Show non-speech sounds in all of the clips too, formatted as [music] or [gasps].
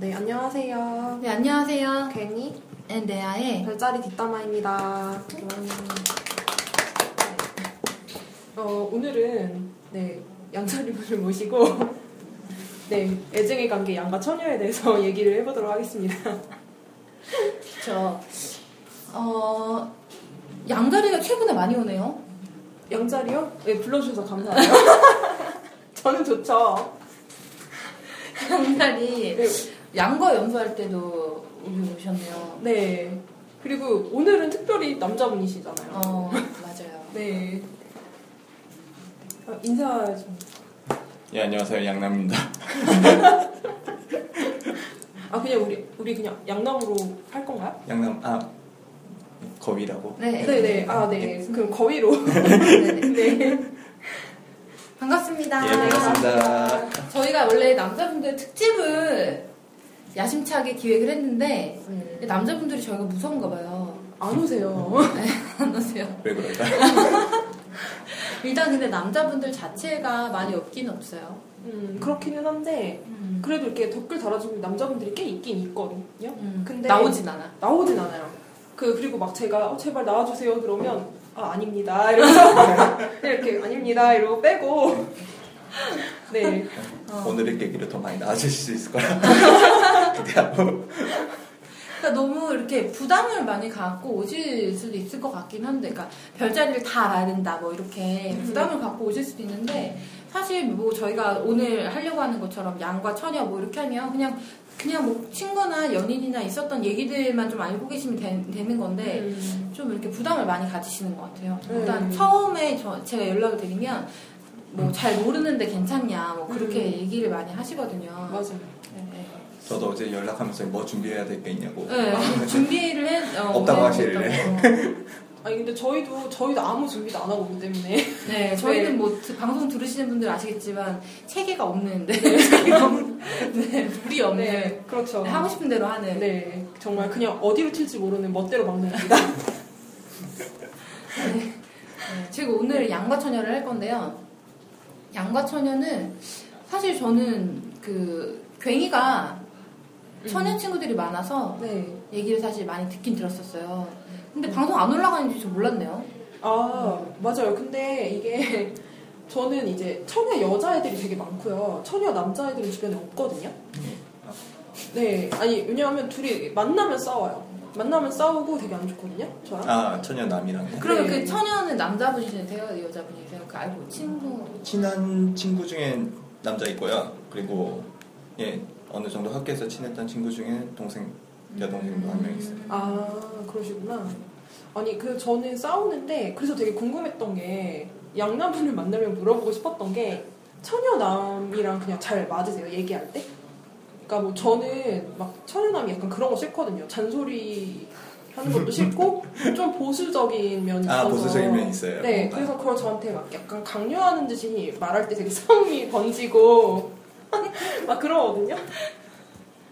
네, 안녕하세요. 네, 안녕하세요. 괜히 엔데아의 별자리 뒷담화입니다. 음. 네. 어, 오늘은 네, 양자리분을 모시고 [laughs] 네, 애증의 관계 양과 처녀에 대해서 [laughs] 얘기를 해보도록 하겠습니다. 저 어, 양다리가 최근에 많이 오네요. 양자리요? 네, 불러주셔서 감사해요. [laughs] 저는 좋죠. 양다리 네, 양과 연수할 때도 우리 오셨네요. 네. 그리고 오늘은 특별히 남자분이시잖아요. 어, 맞아요. 네. 어, 인사 좀. 예 안녕하세요 양남입니다. [laughs] 아, 그냥 우리, 우리 그냥 양남으로 할 건가요? 양남 아 거위라고. 네, 네네 아 네 그럼 거위로 네네. 네 예 반갑습니다. 반갑습니다. [laughs] 저희가 원래 남자분들 특집을 야심차게 기획을 했는데 남자분들이 저희가 무서운가 봐요. [laughs] 안 오세요 안 오세요. 왜 그럴까? 일단 근데 남자분들 자체가 많이 없긴 없어요. 음 그렇기는 한데 음. 그래도 이렇게 댓글 달아주는 남자분들이 꽤 있긴 있거든요 음, 근데- 나오진 않아. 나오진 않아요 그 그리고 막 제가 어, 제발 나와주세요 그러면 아 아닙니다 [laughs] 이러면서 네. [laughs] 네, 이렇게 아닙니다 이러고 빼고 네 어. 오늘의 계기로 더 많이 나아질 수 [laughs] 있을 네, 거라 기대하고. 그러니까 너무 이렇게 부담을 많이 갖고 오실 수도 있을 것 같긴 한데, 그러니까 별자리를 다 알아야 된다, 뭐 이렇게 음. 부담을 갖고 오실 수도 있는데, 사실 뭐 저희가 오늘 하려고 하는 것처럼 양과 처녀 뭐 이렇게 하면 그냥 그냥 뭐 친구나 연인이나 있었던 얘기들만 좀 알고 계시면 되, 는 건데. 음, 좀 이렇게 부담을 많이 가지시는 것 같아요. 일단 음. 처음에 저, 제가 연락을 드리면 뭐 잘 모르는데 괜찮냐 뭐 그렇게 음. 얘기를 많이 하시거든요. 맞아요 네, 네. 저도 어제 연락하면서 뭐 준비해야 될 게 있냐고. 네, 준비를 해. 어, 없다고 오늘 하시길래. 했다고. 아니 근데 저희도 저희도 아무 준비도 안 하고 오기 때문에 [laughs] 네, 저희는 네. 뭐 드- 방송 들으시는 분들 아시겠지만 체계가 없는데 [laughs] 체계가 없는- 네, 물이 없는 네 그렇죠 하고 싶은 대로 하는. 네. 네 정말 그냥 어디로 튈지 모르는 멋대로 막는다 네. 제가 오늘 양과 처녀를 할 건데요. 양과 처녀는 사실 저는 그 괭이가 음. 처녀 친구들이 많아서 네 얘기를 사실 많이 듣긴 들었었어요. 음. 근데 방송 안 올라가는지 좀 몰랐네요. 아, 맞아요. 근데 이게 [laughs] 저는 이제 처녀 여자애들이 되게 많고요. 처녀 남자애들은 주변에 없거든요. 네. 아니, 왜냐하면 둘이 만나면 싸워요. 만나면 싸우고 되게 안 좋거든요. 저랑. 아 처녀 남이랑 그러면 네. 그 처녀는 남자분이세요, 여자분이세요? 그 알고 친구. 친한 친구 중엔 남자 있고요. 그리고 예 어느 정도 학교에서 친했던 친구 중에 동생 여동생도 한 음. 명 있어요. 아, 그러시구나. 아니, 그 저는 싸우는데 그래서 되게 궁금했던 게 양남분을 만나면 물어보고 싶었던 게 처녀 남이랑 그냥 잘 맞으세요? 얘기할 때? 그러니까 뭐 저는 막 처녀남이 약간 그런 거 싫거든요. 잔소리 하는 것도 싫고 [laughs] 좀 보수적인 면이 있어서. 아 보수적인 면 있어요. 네, 뭔가. 그래서 그걸 저한테 막 약간 강요하는 듯이 말할 때 되게 성이 번지고 [laughs] 막 그러거든요.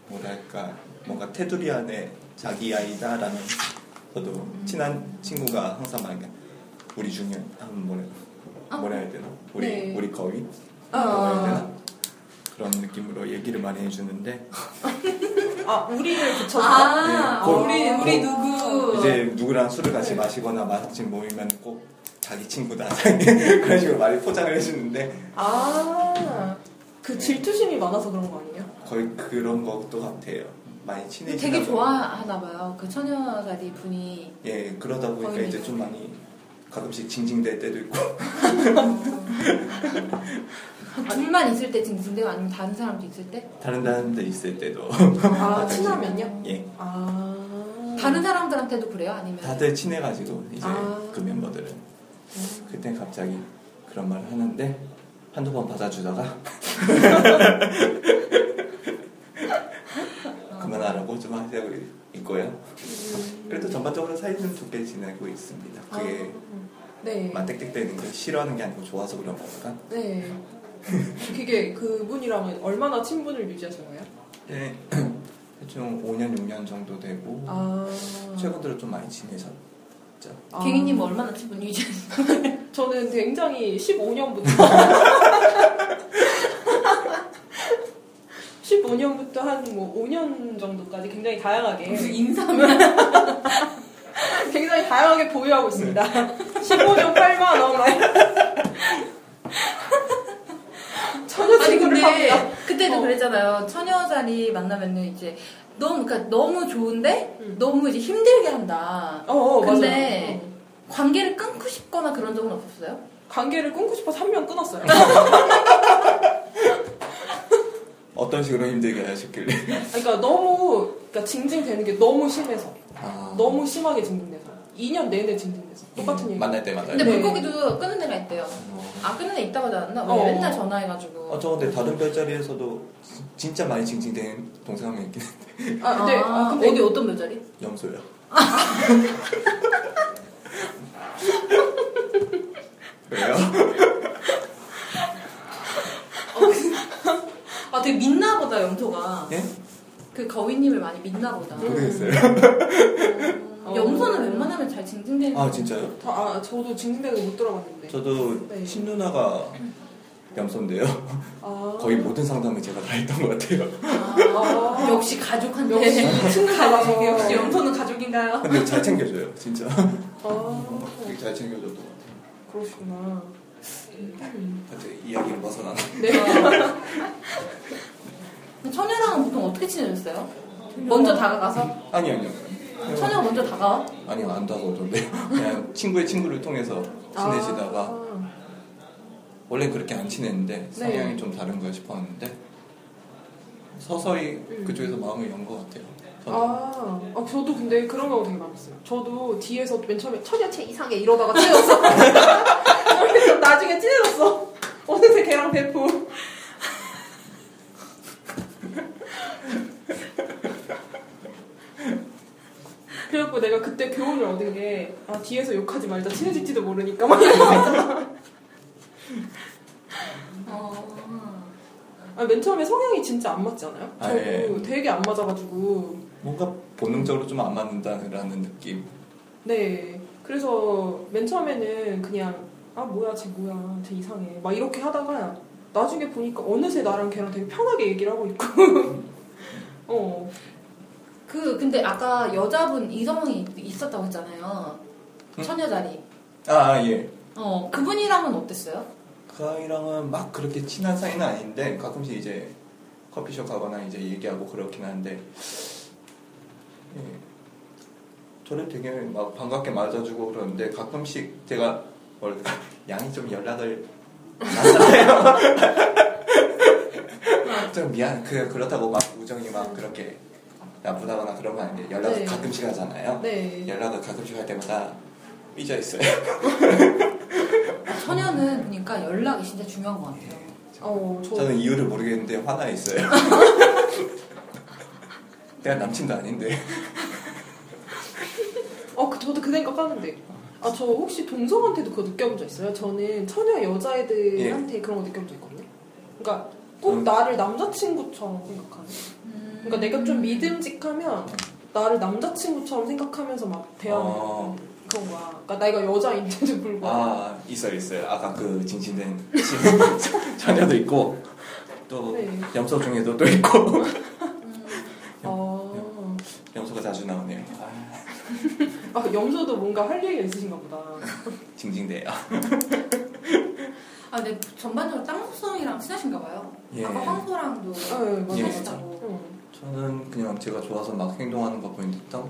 뭐랄까 뭔가 테두리 안에 자기 아이다라는 저도 음. 친한 친구가 항상 말하니까 우리 중에 한 뭐래 아. 어. 뭐라 해야 되나 우리 네. 우리 거위 뭐라 해야 아, 되나 그런 느낌으로 얘기를 많이 해주는데 아 우리를 붙여서 아, 네, 꼭- 우리 우리 꼭 누구? 이제 누구랑 술을 같이 네. 마시거나 마침 모이면 꼭 자기 친구다 [laughs] 그런 식으로 많이 포장을 해주는데 아, 그 질투심이 많아서 그런 거 아니에요? 거의 그런 것도 같아요 많이 친해지다 되게 보니- 좋아하나 봐요. 그 처녀다리 분이. 예 그러다 보니까 거의 이제 좀 많이 가끔씩 징징댈 때도 있고 아, 둘만 있을 때 징징대고 아니면 다른 사람도 있을 때? 다른 다른 데 있을 때도 [laughs] 아, 친하면요? 예 아. 다른 사람들한테도 그래요? 아니면? 다들 친해가지고 이제 아. 음. 그 멤버들은 그때 갑자기 그런 말을 하는데 한두 [laughs] 번 받아주다가 그만하라고 좀 하자고 있고요. 음. 그래도 전반적으로 사이는 좋게 지내고 있습니다. 그게 아, 네. 만땡땡대는 걸 싫어하는 게 아니고 좋아서 그런 거니까. 네. 그게 그분이랑은 얼마나 친분을 유지하신 거예요? 네. [clears throat] 대충 5년 6년 정도 되고 아. 최근 들어 좀 많이 친해졌죠. 아. 갱이님 어. 뭐- 얼마나 친분 유지하세요? 저는 굉장히 [laughs] 15년부터. 15년 5년부터 한 뭐 5년 정도까지 굉장히 다양하게 무슨 인삼이야? [laughs] 굉장히 다양하게 보유하고 있습니다. [laughs] 15년 8만 원. [laughs] 전혀 아니 친구를 근데 합니다. 그때도 어. 그랬잖아요. 처녀살이 만나면은 이제 너무 그러니까 너무 좋은데 음. 너무 이제 힘들게 한다. 어, 어 근데- 맞아요. 어. 관계를 끊고 싶거나 그런 적은 없었어요? 관계를 끊고 싶어서 한 명 끊었어요. [laughs] 어떤 식으로 힘들게 하셨길래? [laughs] 그러니까 너무 그러니까 징징대는 게 너무 심해서 아, 너무 심하게 징징대서 2년 내내 징징대서 똑같은 얘기. 음, 만날 때마다. 근데 네. 물고기도 끊는 애가 있대요. 아 끊는 애 있다고 하지 않나? 우리 어. 맨날 전화해가지고. 어, 저 근데 다른 별자리에서도 진짜 많이 징징대는 동생 한명 있긴 해. [laughs] 아 근데 아, 근데 어디 어떤 몇 자리? 염소요. [laughs] 왜요? 아 되게 믿나 보다 염소가. 예? 그 거위님을 많이 믿나 보다. 음. 모르겠어요. 어. 염소는 웬만하면 잘 징징대는. 아 진짜요? 다- 아 저도 징징대는 못 들어봤는데. 저도 네. 신누나가 염소인데요. [laughs] 아. 거의 모든 상담을 제가 다 했던 것 같아요. 아, 아, 역시 역시 가족한테. 어. 역시 [laughs] 가족. 층가라서 역시 염소는 가족인가요? 근데 잘 챙겨줘요, 진짜. 아 되게 잘 챙겨줬던 것 같아요. 그렇구나. 근데 이야기를 벗어나는. 네. 처녀랑은 보통 어떻게 친해졌어요? 먼저 다가가서? 아니 아니요. 처녀가 먼저 다가와? 아니요 안 다가오던데 그냥 친구의 친구를 통해서 친해지다가 아, 원래 그렇게 안 친했는데 성향이 네. 좀 다른가 싶었는데 서서히 음. 그쪽에서 마음을 연 것 같아요. 저는 아, 아, 저도 근데 그런 경우 되게 많았어요. 저도 뒤에서 맨 처음에 처녀체 이상해 이러다가 찢어졌어. 그래서 나중에 찢어졌어. [laughs] 어느새 걔랑 배프. [laughs] 그래갖고 내가 그때 교훈을 얻은 게, 아, 뒤에서 욕하지 말자. 친해질지도 모르니까. 막 [laughs] 어... 아, 맨 처음에 성향이 진짜 안 맞지 않아요? 아, 저도 예. 되게 안 맞아가지고. 뭔가 본능적으로 좀 안 맞는다라는 느낌. 네. 그래서 맨 처음에는 그냥, 아, 뭐야, 쟤 뭐야, 쟤 이상해. 막 이렇게 하다가 나중에 보니까 어느새 나랑 걔랑 되게 편하게 얘기를 하고 [laughs] 있고. 어. 그 근데 아까 여자분 이성이 있었다고 했잖아요. 응? 처녀 자리. 아 아, 예. 어 그분이랑은 어땠어요? 그 아이랑은 막 그렇게 친한 사이는 아닌데 가끔씩 이제 커피숍 가거나 이제 얘기하고 그렇긴 한데 예. 저를 되게 막 반갑게 맞아주고 그러는데 가끔씩 제가 원래 [laughs] 양이 좀 연락을 많잖아요. 좀 미안 그 그렇다고 막 우정이 막 그렇게 나쁘다거나 그런 건 아닌데 연락을 네. 가끔씩 하잖아요. 네. 연락을 가끔씩 할 때마다 삐져 있어요. 아, 처녀는 그러니까 연락이 진짜 중요한 것 같아요. 어, 저. 저는 이유를 모르겠는데 화나 있어요. [laughs] 내가 남친도 아닌데. 어, 그- 저도 그 생각 하는데. 아, 저 혹시 동성한테도 그거 느껴본 적 있어요? 저는 처녀 여자애들한테 그런 거 느껴본 적 있거든요? 그러니까 꼭 음. 나를 남자친구처럼 생각하는. 그러니까 내가 음. 좀 믿음직하면 나를 남자친구처럼 생각하면서 막 대하는 어. 그런 거야. 그러니까 내가 여자인데도 불구하고. 아 있어요 있어요. 아까 그 진신된 [laughs] 자녀도 있고 또 네. 염소 중에도 또 있고 [laughs] 음. 어. 염소가 자주 나오네요. 아, 아, 염소도 뭔가 할 얘기가 있으신가 보다. 징징대요. 아 근데 전반적으로 쌍둥이랑 친하신가 봐요. 예. 아까 황소랑도 네, 맞아요. 어. 친하시다고. 응. 저는 그냥 제가 좋아서 막 행동하는 거 보니 딱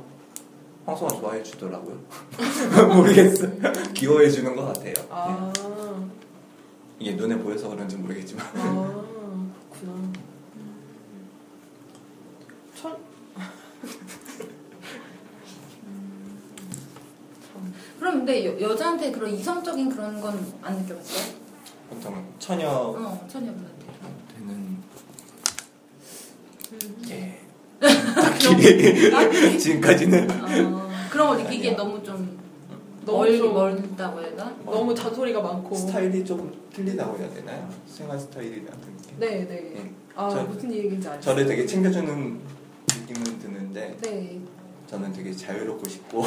황소가 좋아해 [laughs] 주더라고요. 모르겠어. 요 [laughs] 귀여워해 주는 것 같아요. 아. 예. 이게 눈에 보여서 그런지 모르겠지만. 아, 그렇구나. 철, 어. 그럼 근데 여, 여자한테 그런 이성적인 그런 건 안 느껴봤어요? 보통 처녀 어 처녀분한테. 되는 음. 예. 딱히 [laughs] 지금까지는 어, 그런 걸 느끼기에 아니요. 너무 좀 아. 너무 멀리 좀- 멀다고 해야 되나? 너무 잔소리가 많고. 그 스타일이 좀 틀리다고 해야 되나요? 생활 스타일이 같은 게 네, 네. 예. 아, 저- 무슨 얘기인지 알죠? 저를 되게 챙겨주는 느낌은 드는데 네. 저는 되게 자유롭고 싶고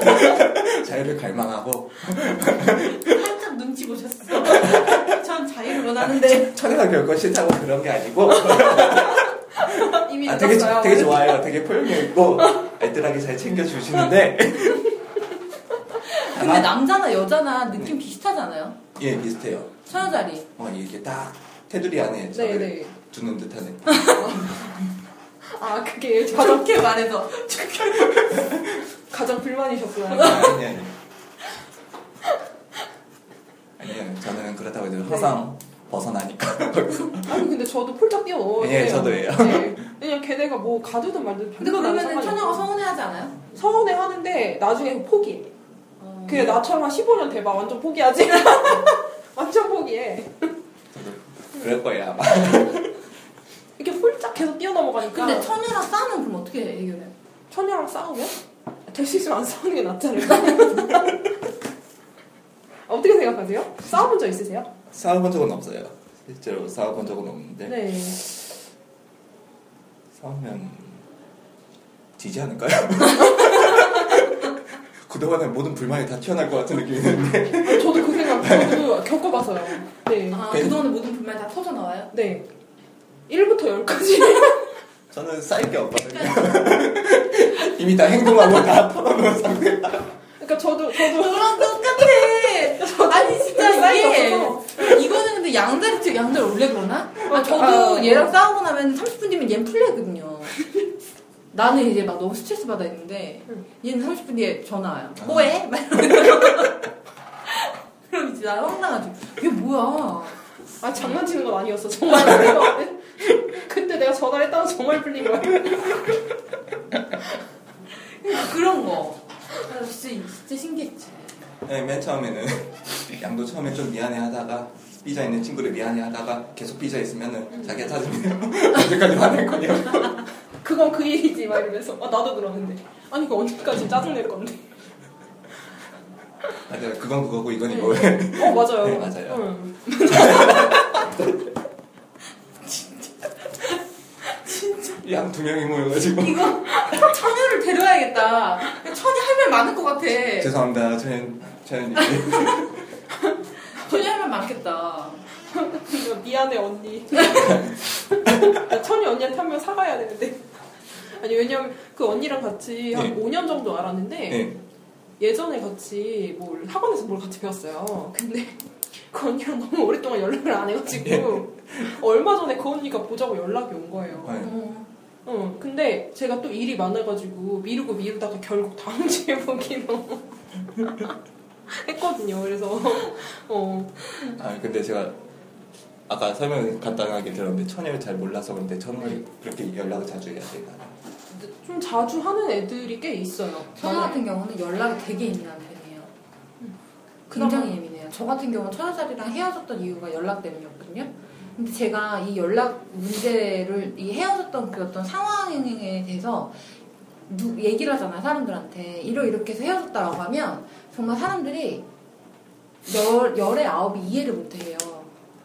[laughs] 자유를 갈망하고 한참 눈치 [laughs] 네. [laughs] 보셨어. 전 자유로 나는데. 천혜가 결코 싫다고 그런 게 아니고 아, 되게, 만났어요. 되게 좋아요. 되게 포용력 있고 애들하게 잘 챙겨주시는데 [laughs] 아. 근데 남자나 여자나 느낌 네. 비슷하잖아요. 예 비슷해요. 처녀 자리. 어 이게 딱 테두리 안에 저를 네네. 두는 듯하네. 아 그게 가장 저렇게 말해서 가장 불만이셨구나. 아니 아니. 아니요 저는 그렇다고 해도 항상 벗어나니까 [laughs] 거기서 아니 근데 저도 폴짝 뛰어. 예, 저도예요. 네. 그냥 걔네가 뭐 가두든 말든. 근데 그러면은 처녀가 서운해하지 않아요? 서운해 하는데 나중에 포기해. 어. 음. 그게 나처럼 한 15년 돼봐 완전 포기하지. [laughs] 완전 포기해. 저도 그럴 거예요 아마. 이렇게 폴짝 계속 뛰어넘어가니까. 근데 처녀랑 싸우면 그럼 어떻게 해결해요? 처녀랑 싸우면? 될 수 있으면 안 싸우는 게 낫잖아요. [laughs] 어떻게 생각하세요? 싸워본 적 있으세요? 싸워본 적은 없어요. 실제로 싸워본 적은 없는데 네. 싸우면 지지 않을까요? [laughs] 그동안의 모든 불만이 다 튀어나올 것 같은 느낌이 드는데 저도 그 생각, 저도 [laughs] 겪어봐서요. 네. 아, 네. 그동안에 모든 불만이 다 터져 나와요? 네. 1부터 10까지. [laughs] 저는 쌓일 게 없거든요. [laughs] 이미 다 행동하고 다 털어놓은 상태. 그러니까 저도, 저도. 너랑 [laughs] 똑같아! 아니, 진짜 이게. 이거는 근데 양다리 특 양다리 원래 그러나? 아, 저도 아, 얘랑 싸우고 나면 30분 뒤면 얘는 풀리거든요. 나는 이제 막 너무 스트레스 받아 있는데 응. 얘는 30분 뒤에 전화 와요. 아. 뭐해? [laughs] 막 이러면서. 그럼 이제 나 황당하죠. 이게 뭐야? 아, 장난치는 건 아니었어. 정말. [laughs] 아니었는데. 그때 내가 전화를 했다고 정말 풀린 거야. 그런 거. 아, 진짜, 진짜 신기했지. 네, 맨 처음에는 [laughs] 양도 처음에 좀 미안해 하다가 삐져 있는 친구를 미안해 하다가 계속 삐져 있으면은 자기가 찾으면 [laughs] 언제까지 화낼 거냐 그건 그 일이지. 막 이러면서. 아, 나도 그러는데. 아니, 그 언제까지 짜증낼 건데. 맞아요 네, 그건 그거고 이건 이거예요 어, 맞아요. 네, 맞아요. 응. [laughs] 양 두 명이 모여가지고 이거 처녀를 데려와야겠다. 처녀 할 말 많을 것 같아. 죄송합니다 저는 저는 처녀 할 말 많겠다. 이거 미안해 [laughs] 언니. 나 천이 언니한테 한 명 사과해야 되는데. 아니 왜냐면 그 언니랑 같이 한 네. 5년 정도 알았는데 [laughs] 네. 예전에 같이 뭘 학원에서 뭘 같이 배웠어요. 근데 그 언니랑 너무 오랫동안 연락을 안 해가지고 얼마 전에 그 언니가 보자고 연락이 온 거예요. 네. 어. 응. 근데 제가 또 일이 많아가지고 미루고 미루다가 결국 다음 [laughs] 주에 보기로 했거든요. 그래서 어 아 근데 제가 아까 설명 간단하게 들었는데 천혜를 잘 몰라서 그런데 천혜를 그렇게 연락을 자주 해야 돼 좀 자주 하는 애들이 꽤 있어요. 처녀 같은 경우는 연락이 되게 예민한 편이에요. 음. 굉장히 예민해요. 저 같은 경우는 천여자리랑 헤어졌던 이유가 연락 때문이었거든요. 근데 제가 이 연락 문제를 이 헤어졌던 그 어떤 상황에 대해서 누, 얘기를 하잖아요 사람들한테 이러 이렇게 해서 헤어졌다라고 하면 정말 사람들이 열 열에 아홉이 이해를 못해요.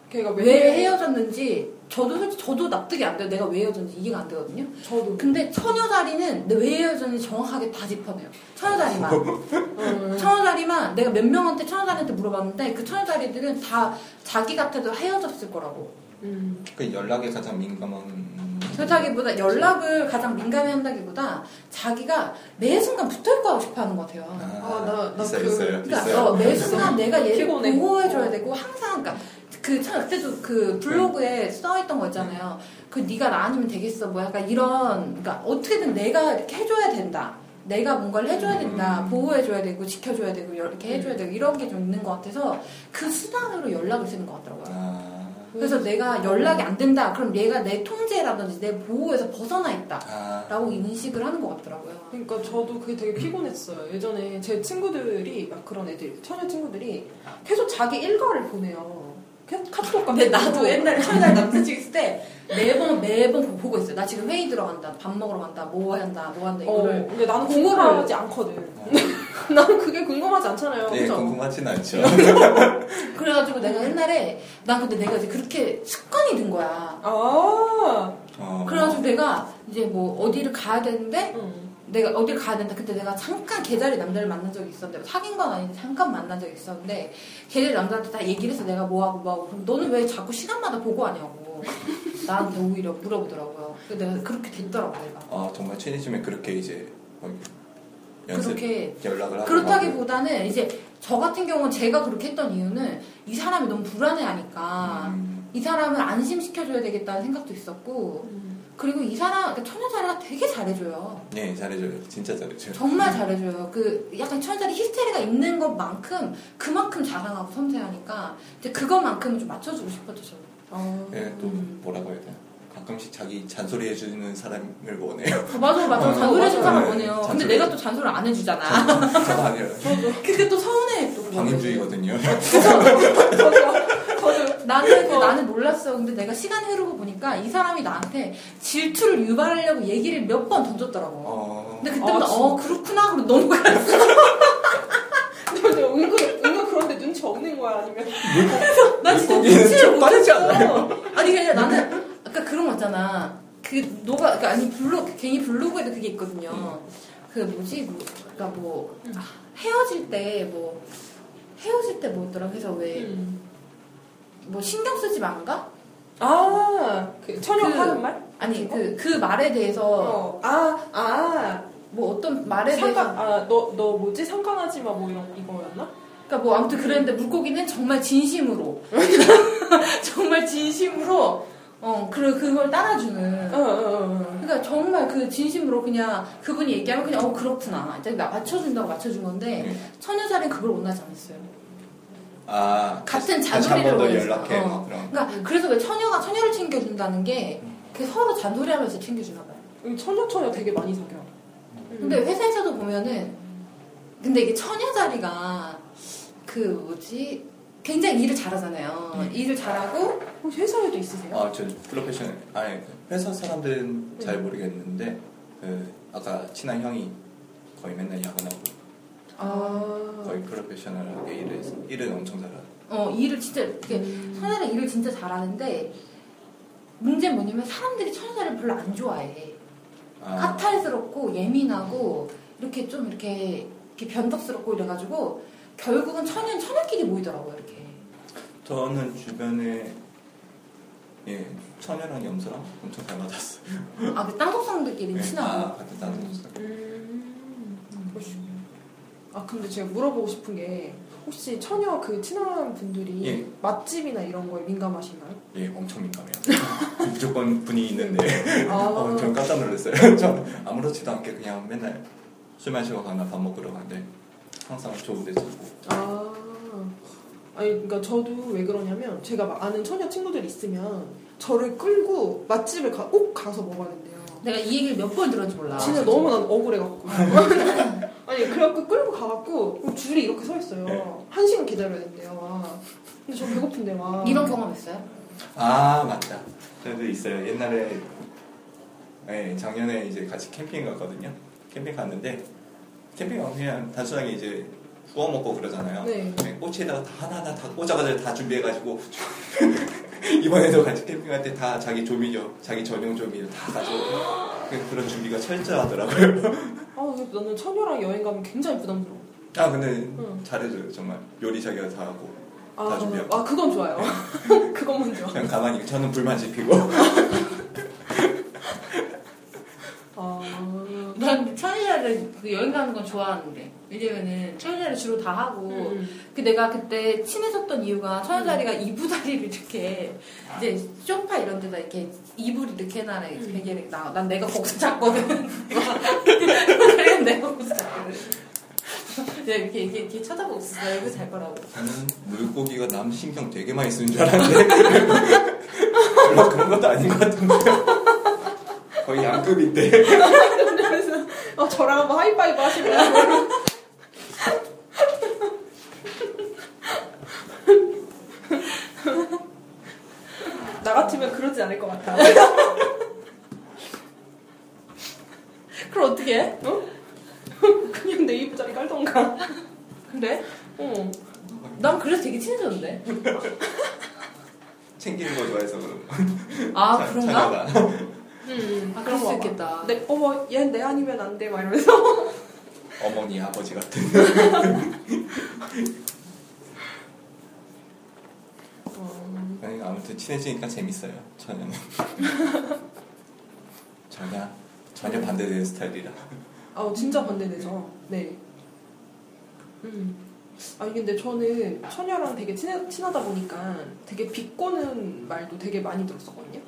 걔가 왜, 헤어졌는지 저도 솔직히 저도 납득이 안 돼요. 내가 왜 헤어졌는지 이해가 안 되거든요. 저도. 근데 처녀다리는 내가 왜 헤어졌는지 정확하게 다 짚어내요. 처녀다리만. 음. 천여자리만 내가 몇 명한테 천여자리한테 물어봤는데 그 천여자리들은 다 자기 같아도 헤어졌을 거라고. 음. 그 연락에 가장 민감한 그렇다기보다 연락을 가장 민감해 한다기보다 자기가 매 순간 붙어 있고 하고 싶어 하는 것 같아요. 아, 나- 나 있어요 그- 있어요 그러니까 어, 있어요 매 순간 내가 얘를 네. 피곤해. 어. 보호해줘야 되고 항상 그러니까 그 참, 그때도 네. 그 블로그에 써있던 거 있잖아요. 그 네가 나 아니면 되겠어 뭐 약간 이런 그러니까 어떻게든 내가 이렇게 해줘야 된다. 내가 뭔가를 해줘야 된다. 음. 보호해줘야 되고 지켜줘야 되고 네. 이렇게 해줘야 되고 이런 게 좀 있는 것 같아서 그 수단으로 연락을 쓰는 것 음. 같더라고요. 아, 그래서 내가 연락이 안 된다. 그럼 얘가 내 통제라든지 내 보호에서 벗어나 있다. 아. 라고 인식을 하는 것 같더라고요. 그러니까 저도 그게 되게 피곤했어요. 예전에 제 친구들이 막 그런 애들, 처녀 친구들이 계속 자기 일과를 보내요. 계속 카톡 근데 나도 옛날에 [laughs] 첫날 남자친구 있을 때 매번 매번 보고 있어요. 나 지금 회의 들어간다, 밥 먹으러 간다, 뭐 한다, 뭐 한다 어, 이거를. 근데 나는 공부를- 궁금하지 않거든. [laughs] 어. 나는 그게 궁금하지 않잖아요. 네, 그죠? 궁금하진 않죠. 네. 그래가지고 내가 옛날에 난 근데 내가 이제 그렇게 습관이 된 거야. 아, [laughs] 어. 그래가지고 내가 이제 뭐 어디를 가야 되는데 음. 내가 어딜 가야 된다. 그때 내가 잠깐 계자리 남자를 만난 적이 있었는데 사귄 건 아닌데 잠깐 만난 뭐 적이 있었는데 계자리 남자한테 다 얘기를 해서 내가 뭐하고 뭐하고 그럼 너는 왜 자꾸 시간마다 보고하냐고. 하고 나한테 오히려 물어보더라고요. 근데 내가 그렇게 됐더라고 내가. 아 정말 친해지면 그렇게 이제 연습 그렇게 연락을 하고 하고. 그렇다기보다는 이제 저 같은 경우는 제가 그렇게 했던 이유는 이 사람이 너무 불안해하니까 음, 이 사람을 안심시켜줘야 되겠다는 생각도 있었고 그리고 이 사람 그러니까 천연자리가 되게 잘해줘요. 예 잘해줘요 진짜 잘해줘요 [laughs] 정말 잘해줘요. 그 약간 천연자리 히스테리가 있는 것만큼 그만큼 자상하고 섬세하니까 이제 그것만큼은 좀 맞춰주고 싶었죠 저는. 어. 예, 또 음. 뭐라고 해야 되나 가끔씩 자기 잔소리 해주는 사람을 원해요 [laughs] 어, 맞아 맞아 어, 잔소리 해준 맞아요. 사람 네, 원해요. 근데 잔소리. 내가 또 잔소리를 안 해주잖아. 저도 아니에요 그게 또 서운해 또. 그거는. 방임주의거든요 [laughs] 저도 나는 그, 나는 몰랐어. 근데 내가 시간 흐르고 보니까 이 사람이 나한테 질투를 유발하려고 얘기를 몇 번 던졌더라고. 어, 근데 그때부터 아, 진짜? 어 그렇구나 그리고 [laughs] 넘어가. 근데 근데 은근 은근 그런데 눈치 없는 거야 아니면 나 진짜 물고기는 눈치를 좀 빠르지 못했어. 아니 그냥 나는 아까 그런 거 있잖아. 그 너가 그러니까 아니 블로그 괜히 블로그에도 그게 있거든요. 그 뭐지 뭐 그러니까 뭐 음. 아, 헤어질 때 뭐 헤어질 때 뭐더라 그래서 왜 음. 뭐 신경 쓰지 마인가? 아그 천연 그- 하는 말? 아니 그거? 그 그 말에 대해서 어아아 뭐 어떤 말에 대해서 상관 아너 너 뭐지 상관하지 마 뭐 이런 이거였나? 그러니까 뭐 아무튼 그랬는데 물고기는 정말 [laughs] 진심으로 정말 진심으로 어 그, 그걸 어, 따라주는 응응응 그러니까 정말 그 진심으로 그냥 그분이 얘기하면 그냥 어 그렇구나 이제 나 맞춰준다고 맞춰준 건데 네. 처녀자리는 그걸 원하지 않았어요 아 같은 다시 한 번 잔소리를 더 원했어요 연락해 어. 그럼 그러니까 그래서 왜 처녀가 처녀를 챙겨준다는 게 그 서로 잔소리하면서 챙겨주나 봐요 음, 천연 천연 되게 많이 사겨. 음. 음. 근데 회사에서도 보면은 근데 이게 처녀 자리가 그 뭐지 굉장히 일을 잘하잖아요. 음. 일을 잘하고 혹시 회사에도 있으세요? 아저 프로페셔널 아니 회사 사람들은 잘 음. 모르겠는데 그 아까 친한 형이 거의 맨날 야근하고 아. 거의 프로페셔널하게 일을 해서 일은 엄청 잘하고 어 일을 진짜 이렇게 음. 처녀는 일을 진짜 잘하는데 문제는 뭐냐면 사람들이 처녀를 별로 안 좋아해. 아, 까탈스럽고 예민하고 이렇게 좀 이렇게, 이렇게 변덕스럽고 이래가지고 결국은 처녀는 처녀끼리 모이더라고요 이렇게. 저는 주변에 예 천여랑 염소랑 엄청 잘 맞았어요 아그 땅속성들끼리 예, 친하고. 아, 같은 다른 음, 그러시군요. 아 근데 제가 물어보고 싶은 게 혹시 처녀 그 친한 분들이 예. 맛집이나 이런 거에 민감하신가요? 예 엄청 민감해요 [laughs] 무조건 분이 있는데 아, [laughs] 어, 전 깜짝 놀랐어요. [laughs] 전 아무렇지도 않게 그냥 맨날 술 마시러 가나 밥 먹으러 가는데 항상 좋은 데 자고 아, 아니 그러니까 저도 왜 그러냐면 제가 막 아는 처녀 친구들 이 있으면 저를 끌고 맛집에 가, 꼭 가서 먹었는데요. 내가 이 얘기를 몇 번 들었는지 몰라. 아, 진짜 아, 진짜? 너무 난 억울해갖고 [laughs] 아니 그래갖고 끌고 가갖고 그럼 줄이 이렇게 서 있어요. 네. 한 시간 기다려야 된대요. 막. 근데 저 배고픈데 막 이런 경험 있어요? 아 맞다. 저도 있어요. 옛날에 예, 작년에 이제 같이 캠핑 갔거든요. 캠핑 갔는데 캠핑 가면 그냥 단순하게 이제 구워 먹고 그러잖아요. 네. 네, 꼬치에다가 다 하나하나 다 꽂아가지고 다 준비해가지고 [laughs] 이번에도 같이 캠핑할 때 다 자기 조미료, 자기 전용 조미료 다 [gasps] 가져오고 그냥 그런 준비가 철저하더라고요. 아 근데 나는 처녀랑 여행 가면 굉장히 부담스러워. 아 근데 응. 잘해줘요 정말 요리 자기가 다 하고 아, 다 준비하고. 아 그건 좋아요. [laughs] 그것만 좋아. 그냥 가만히 있고 저는 불만 지피고 아. 난 천일야를 그 여행 가는 건 좋아하는데 왜냐면은 천일야를 주로 다 하고 음. 그 내가 그때 친해졌던 이유가 천일자리가 이부다리를 이렇게 이제 쇼파 이런 데다 이렇게 이불 이렇게 해놔라 이렇게 음. 베개를 나, 난 내가 거기서 잤거든 그래 내가 거기서 잤거든 이제 이렇게 이렇게, 이렇게 쳐다보고 있었어요 여기서 잘 거라고 저는 물고기가 남 신경 되게 많이 쓰는 줄 알았는데 [laughs] 별로 그런 것도 아닌 것 같은데 거의 양급인데 그래서 어, 저랑 한번 하이파이브 하시면 나 같으면 그러지 않을 것 같아. 그럼 어떻게 해? 어? 그냥 내 이부자리 깔던가. 그래? 어. 음, 난 그래서 되게 친해졌는데 챙기는 거 좋아해서 그런 거. 아 자- 그런가? 자녀가. 음, 아 그럴 수 있겠다 내, 어머, 얘내 아니면 안 돼. 막 이러면서. 어머니 아버지 같은 어, 아니, 아무튼 친해지니까 재밌어요. 전혀는. 전혀 전혀 반대되는 스타일이라. 아 진짜 반대되죠. 네. 음. 아니 근데 저는 처녀랑 되게 친해, 친하다 보니까 되게 비꼬는 말도 되게 많이 들었었거든요.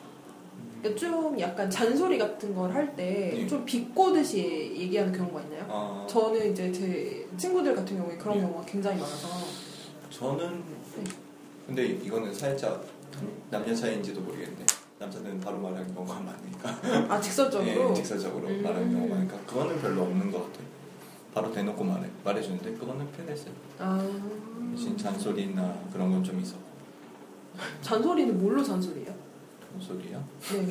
그러니까 좀 약간 잔소리 같은 걸 할 때 예. 좀 비꼬듯이 얘기하는 경우가 있나요? 어, 저는 이제 제 친구들 같은 경우에 그런 예. 경우가 굉장히 많아서 저는 네. 근데 이거는 살짝 남녀 차이인지도 모르겠는데 남자들은 바로 말하는 경우가 많으니까 아 직설적으로 예, 직설적으로 음. 말하는 경우가 많으니까 그거는 별로 없는 것 같아요. 바로 대놓고 말해 말해주는데 그거는 편했어요. 아 대신 잔소리나 그런 건 좀 있어. 잔소리는 뭘로 잔소리예요? 잔소리야? 네.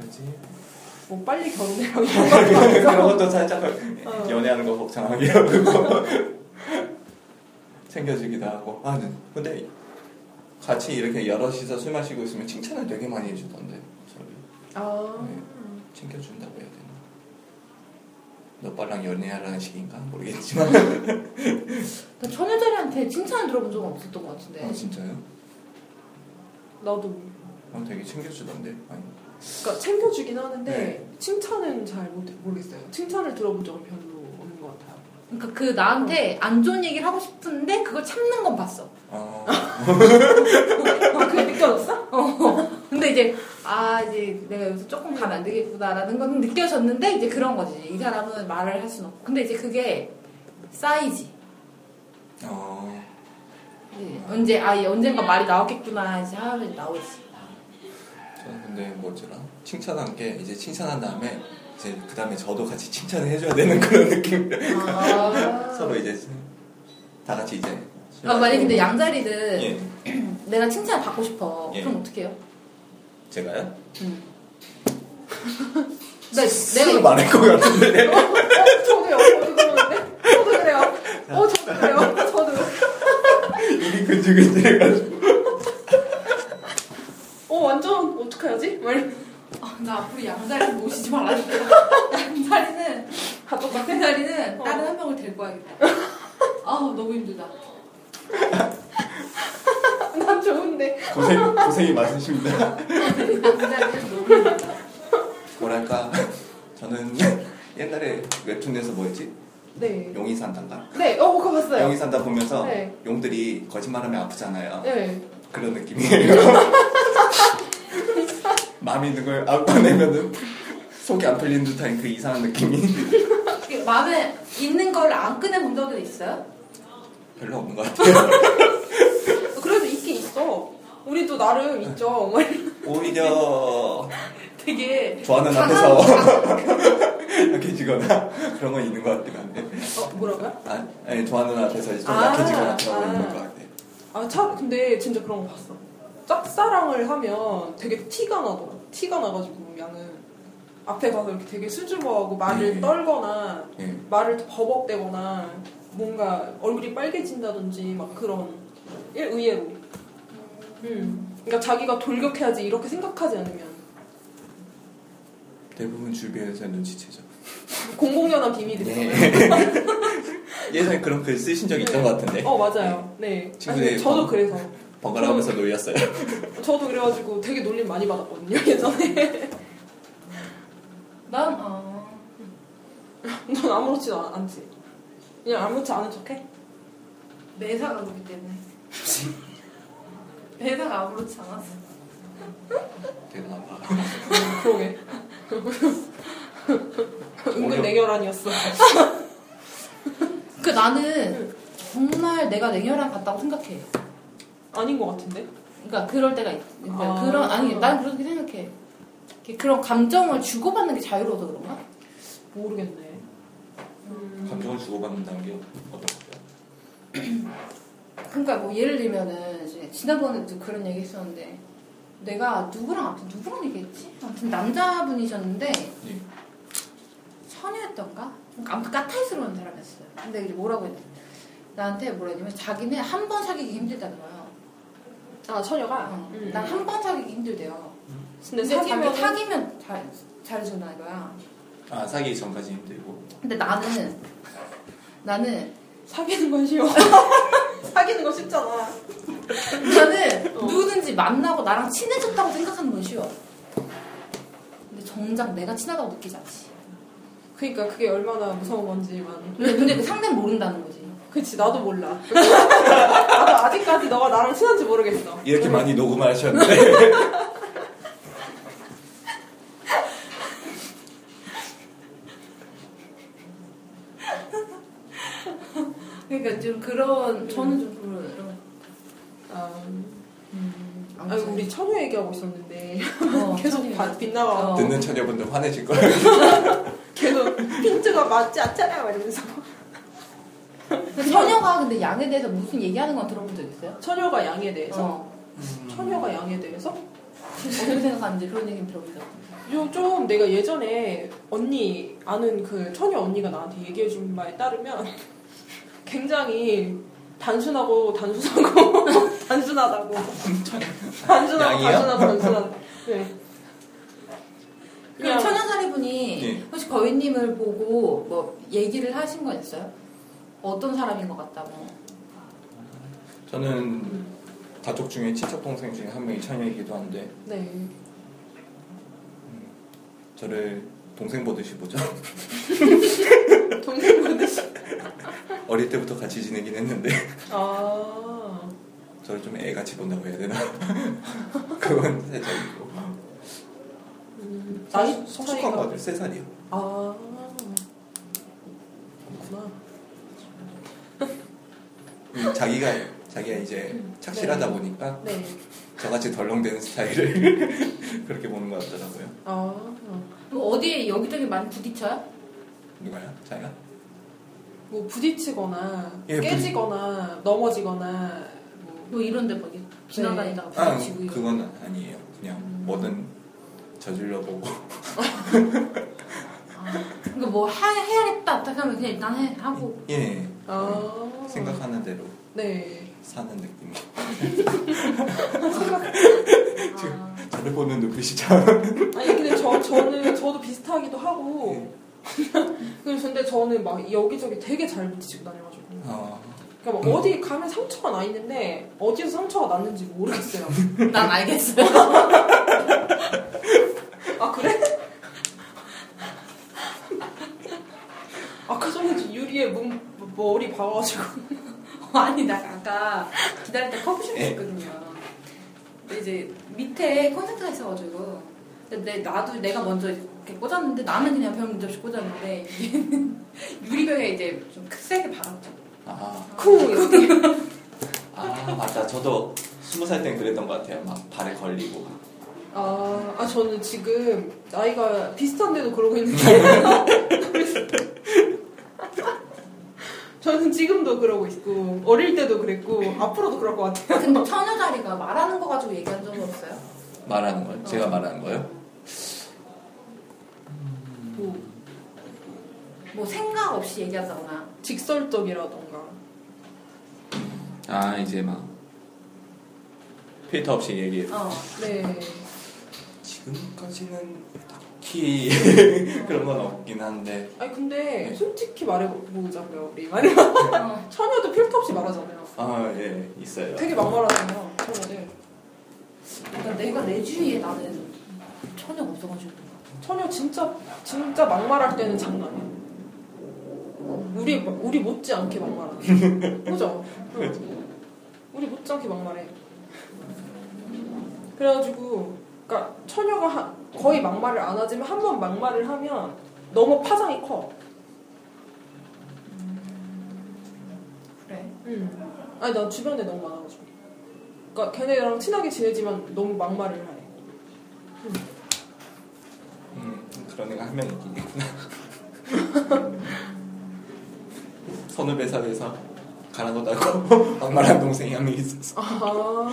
그지 뭐 빨리 결혼해라고 이런 거 [laughs] 그런 것도 살짝 어. 연애하는 거 복잡하게 하고 [laughs] 챙겨주기도 하고 아 네. 근데 같이 이렇게 여럿이서 술 마시고 있으면 칭찬을 되게 많이 해주던데 저를 아, 챙겨준다고 해야 되나 너 빨랑 연애하라는 식인가 모르겠지만 나 처녀자리한테 칭찬 들어본 적은 없었던 것 네. 같은데. 아 진짜요? 나도. 어, 되게 챙겨주던데 아니 그러니까 챙겨주긴 하는데 네. 칭찬은 잘 못, 모르겠어요. 칭찬을 들어본 적은 별로 없는 것 같아요. 그러니까 그 나한테 안 좋은 얘기를 하고 싶은데 그걸 참는 건 봤어. 어, 아, 그게 느껴졌어? 근데 이제 아 이제 내가 여기서 조금 가면 안 되겠구나라는 건 느껴졌는데 이제 그런 거지. 이 사람은 말을 할 수는 없고. 근데 이제 그게 쌓이지. 어 네. 언제 아 이제 언젠가 말이 나왔겠구나 이제 하면 나오지. 저는 근데 뭐더라 칭찬한 게 이제 칭찬한 다음에 이제 그 다음에 저도 같이 칭찬을 해줘야 되는 [laughs] 그런 느낌 아, 서로 이제 다 같이 이제 술 아 만약 마시고. 근데 양자리는 예 내가 칭찬 받고 싶어. 예. 그럼 어떻게 해요? 제가요? 나 술을 내가 말할 것 같은데 [laughs] 어, 저도요. 저도 그러는데. 저도 그래요. 어, 저도 그래요. 저도. 입이 근질근질해가지고 어, 완전 어떡하지? [laughs] 말. 아, 나 앞으로 양자리 모시지 말아야 돼. 양자리는 다 똑같아. 막내 자리는 어. 다른 한 명을 데리고 와야겠다. 아우 너무 힘들다. 난 좋은데. 고생, 고생이 많으십니다 양자리는 너무 힘들다. 뭐랄까 저는 [laughs] 옛날에 웹툰에서 뭐였지? 네. 용이 산단가? 네, 어, 그거 봤어요. 용이 산다 보면서 네. 용들이 거짓말하면 아프잖아요 네. 그런 느낌이에요 [laughs] 마음에 있는 걸 아파내면은 속이 안 풀리는 듯한 그 이상한 느낌이 이게 마음에 있는 걸 안 꺼내본 적은 있어요? 별로 없는 것 같아요 그래도 있긴 있어. 우리도 나름 있죠. 막 이런. 오히려 [laughs] 되게 좋아하는 앞에서 [laughs] 약해지거나 그런 건 있는 것 같긴 한데 어, 뭐라고요? 아, 아니, 좋아하는 앞에서 좀 아, 약해지거나 그런 건 아. 있는 것 같아 아, 차, 근데 진짜 그런 거 봤어. 짝사랑을 하면 되게 티가 나더라. 티가 나가지고 양은 앞에 가서 이렇게 되게 수줍어하고 말을 네. 떨거나 예. 말을 버벅대거나 뭔가 얼굴이 빨개진다든지 막 그런 일 의외로. 음. 그러니까 자기가 돌격해야지 이렇게 생각하지 않으면 대부분 주변에서 눈치채죠 공공연한 비밀이잖아요. 네. [laughs] 예. 예전에 그런 글 쓰신 적 있던 것 같은데 어 맞아요. 네. 친구들이 아니, 저도 방- 그래서 번갈아가면서 놀렸어요 저도 그래가지고 되게 놀림 많이 받았거든요 [laughs] 예전에. 난 어. 넌 아무렇지도 않- 않지. 그냥 아무렇지 않은 척해. 매사가 그렇기 [laughs] 때문에. 매사가 아무렇지 않았어. 대단하다 음, 그러게. [laughs] 은근 어려워. 냉혈한이었어. 그 나는 정말 내가 냉혈한 같다고 생각해. 아닌 것 같은데. 그러니까 그럴 때가 있. 그러니까 아. 그런 아니 난 그렇게 생각해. 이렇게 그런 감정을 주고받는 게 자유로워서 그런가? 모르겠네. 감정을 주고받는다는 게 어떤 거죠? 그러니까 뭐 예를 들면은 이제 지난번에도 그런 얘기 했었는데 내가 누구랑 아무튼 누구랑 얘기했지? 아무튼 남자분이셨는데 예. 처녀였던가? 그러니까 아무튼 까탈스러운 사람이었어요. 근데 이제 뭐라고 했냐? 나한테 뭐라 했냐면 자기는 한 번 사귀기 힘들다는 거예요. 어, 아 처녀가. 음. 난 한 번 사귀기 힘들대요. 근데 자기 사귀면 사귀면 잘 잘해준다 이거야. 아 사귀기 전까지 힘들고 근데 나는 나는 사귀는 건 쉬워. 사귀는 거 쉽잖아. 나는 어. 누구든지 만나고 나랑 친해졌다고 생각하는 건 쉬워. 근데 정작 내가 친하다고 느끼지 않지. 그러니까 그게 얼마나 무서운 건지만. 근데, 근데 그 상대는 모른다는 거지. 그치 나도 몰라. [laughs] 나도 아직까지 너가 나랑 친한지 모르겠어. 이렇게 많이 녹음하셨는데 그러니까 좀 그런 저는 좀 그런. 아, 음, 아 우리 천우 얘기하고 있었는데 [laughs] 어, [laughs] 계속 천천히. 바- 빗나가. 어. [laughs] 듣는 처녀분들 화내실 거예요. 계속 [laughs] 핀트가 맞지 않잖아 막 이러면서. 근데 처녀가 근데 양에 대해서 무슨 얘기하는 건 들어본 적 있어요? 처녀가 양에 대해서. 어. 처녀가 양에 대해서? 어떻게 생각하는지 그런 얘기는 들어본 적 없어요. 요- 좀 내가 예전에 언니 아는 그 처녀 언니가 나한테 얘기해 준 바에 따르면 [laughs] 굉장히 단순하고 단순하고 [laughs] 단순하다고 단순하고 양이요? 단순하고 단순하다. 네. 그럼 그냥 천연살이 분이 예. 혹시 거인님을 보고 뭐 얘기를 하신 거 있어요? 어떤 사람인 것 같다고? 저는 가족 중에 친척 동생 중에 한 명이 처녀이기도 한데 네. 저를 동생 보듯이 보죠. [laughs] 동생 보듯이. 어릴 때부터 같이 지내긴 했는데 아. 저를 좀 애같이 본다고 해야 되나? [laughs] 그건 살짝이고 음, 나이 성숙한 것 차이가- 같아요. 세 살이요. 아. 그렇구나. 음, 자기가 자기가 이제 음, 착실하다 보니까 네. 저같이 덜렁대는 스타일을 [laughs] 그렇게 보는 것 같더라고요. 아. 뭐 어디에 여기저기 많이 부딪혀요? 누가요? 자기가? 뭐 부딪히거나 예, 부딪- 깨지거나 넘어지거나 뭐 뭐 이런데 막 이렇게 지나다니다가 아, 부딪히고 이런. 그건 아니에요. 음. 그냥 뭐든 저질러 보고 아, 그러니까 뭐 하, 해야겠다 딱 하면 그냥 일단 해 [laughs] 하고 예 아. 생각하는 대로 네. 사는 느낌. 아, 저를 보는 눈빛이 참. [laughs] 아니 근데 저 저는 저도 비슷하기도 하고. 예. [laughs] 그래서 근데 저는 막 여기저기 되게 잘 부딪히고 다녀가지고. 어, 그러니까 막 어디 가면 상처가 나 있는데 어디서 상처가 났는지 모르겠어요. [laughs] 난 알겠어요. [laughs] 아 그래? [laughs] 아까 전에 저 유리에 몸, 머리 박아가지고 아니 나 아까 기다릴 때 커피숍 예. 갔거든요. 근데 이제 밑에 콘센트가 있어가지고 근데 나도 내가 먼저 이렇게 꽂았는데 나는 그냥 별 문제 없이 꽂았는데 얘는 [laughs] 유리병에 이제 좀 세게 박았죠. 아, 쿵 이렇게 아 맞다. 저도 스무 살 땐 그랬던 것 같아요. 막 발에 걸리고. 아, 아 저는 지금 나이가 비슷한데도 그러고 있는데 [laughs] 저는 지금도 그러고 있고 어릴 때도 그랬고 앞으로도 그럴 것 같아요 근데 처녀 자리가 말하는 거 가지고 얘기한 적은 없어요? 말하는 거요? 어. 제가 말하는 거요? 뭐 뭐 생각 없이 얘기하거나 직설적이라던가 아 이제 막 필터 없이 얘기해. 어. 네 지금까지는 딱히 [laughs] 그런 건 없긴 한데 아니 근데 솔직히 말해보자고요 우리 만약 어. [laughs] 처녀도 필터 없이 말하잖아요 아 예 있어요. 되게 막말하잖아요 처녀들 그러니까 내가 내 주위에 나는 처녀 없어가지고 처녀 진짜 진짜 막말할 때는 장난 아니야. 우리 우리 못지않게 막말하네. 그죠? 응. 우리 못지않게 막말해. 그래가지고 그러니까 처녀가 하- 거의 막말을 안 하지만 한 번 막말을 하면 너무 파장이 커. 그래. 음. 아니 난 주변에 너무 많아가지고. 그러니까 걔네랑 친하게 지내지만 너무 막말을 해. 음 그런 애가 한 명 있긴 있구나. [laughs] 선후배 사회에서 가라노다고 [laughs] 막말한 동생이 한 명 있었어. 아.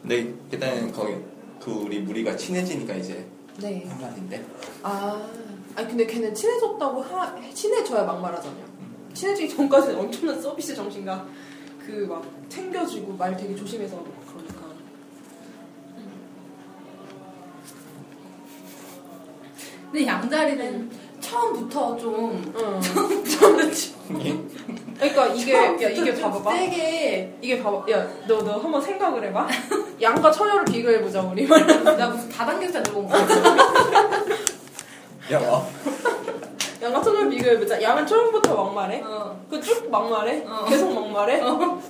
근데 일단 거기 그 우리 무리가 친해지니까 이제 네. 한 말인데 아, 아니 근데 걔는 친해졌다고 하, 친해져야 막말하잖아요. 친해지기 전까지는 엄청난 서비스 정신과 그 막 챙겨주고 말 되게 조심해서 하고 막 그러니까. 근데 양자리는 처음부터 좀 응. 저는 지- [laughs] 그러니까 이게 야 이게 좀 봐봐봐. 세게 이게 봐봐. 야 너 너 한번 생각을 해봐. [laughs] 양과 처녀를 비교해 보자 우리. 나 무슨 다단계자 들어온 거야. 야, 와. [laughs] 양과 처녀를 비교해 보자. 양은 처음부터 막말해. 어. 그 쭉 막말해. 어. 계속 막말해.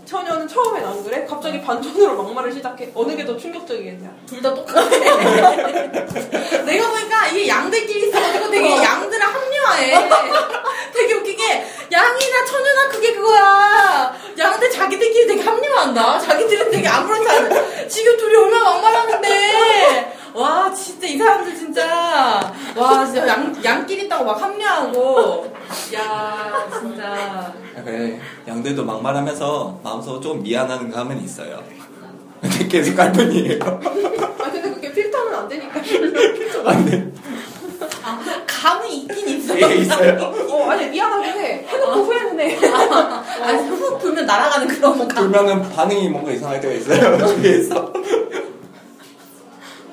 처녀는 처음엔 안 그래. 갑자기 반전으로 막말을 시작해. 어느 게 더 충격적이겠냐. [laughs] 둘 다 똑같아. [laughs] 내가 보니까 이게 양들끼리 있어가지고 되게 양들을 합리화해. 되게 웃기게 양이나 천연아 그게 그거야. 양들 자기들끼리 되게 합리화한다. 자기들은 되게 아무렇지 않아. 지금 둘이 얼마나 막말하는데. 와 진짜 이 사람들 진짜 와 진짜 양 양끼리 있다고 막 합리화하고 야 진짜 그래, 양들도 막말하면서 마음속으로 좀 미안한 감은 있어요. 근데 계속 갈 뿐이에요. [laughs] 아 근데 그게 필터는 안 되니까. 안 돼. 아, 감은 있긴 있어. 이게 예, 있어요. 어 아니 미안하긴 해. 해놓고 후회는 해. 아니 훅 불면 날아가는 그런 감. 불면은 반응이 뭔가 이상할 때가 있어요. [laughs] 뒤에서.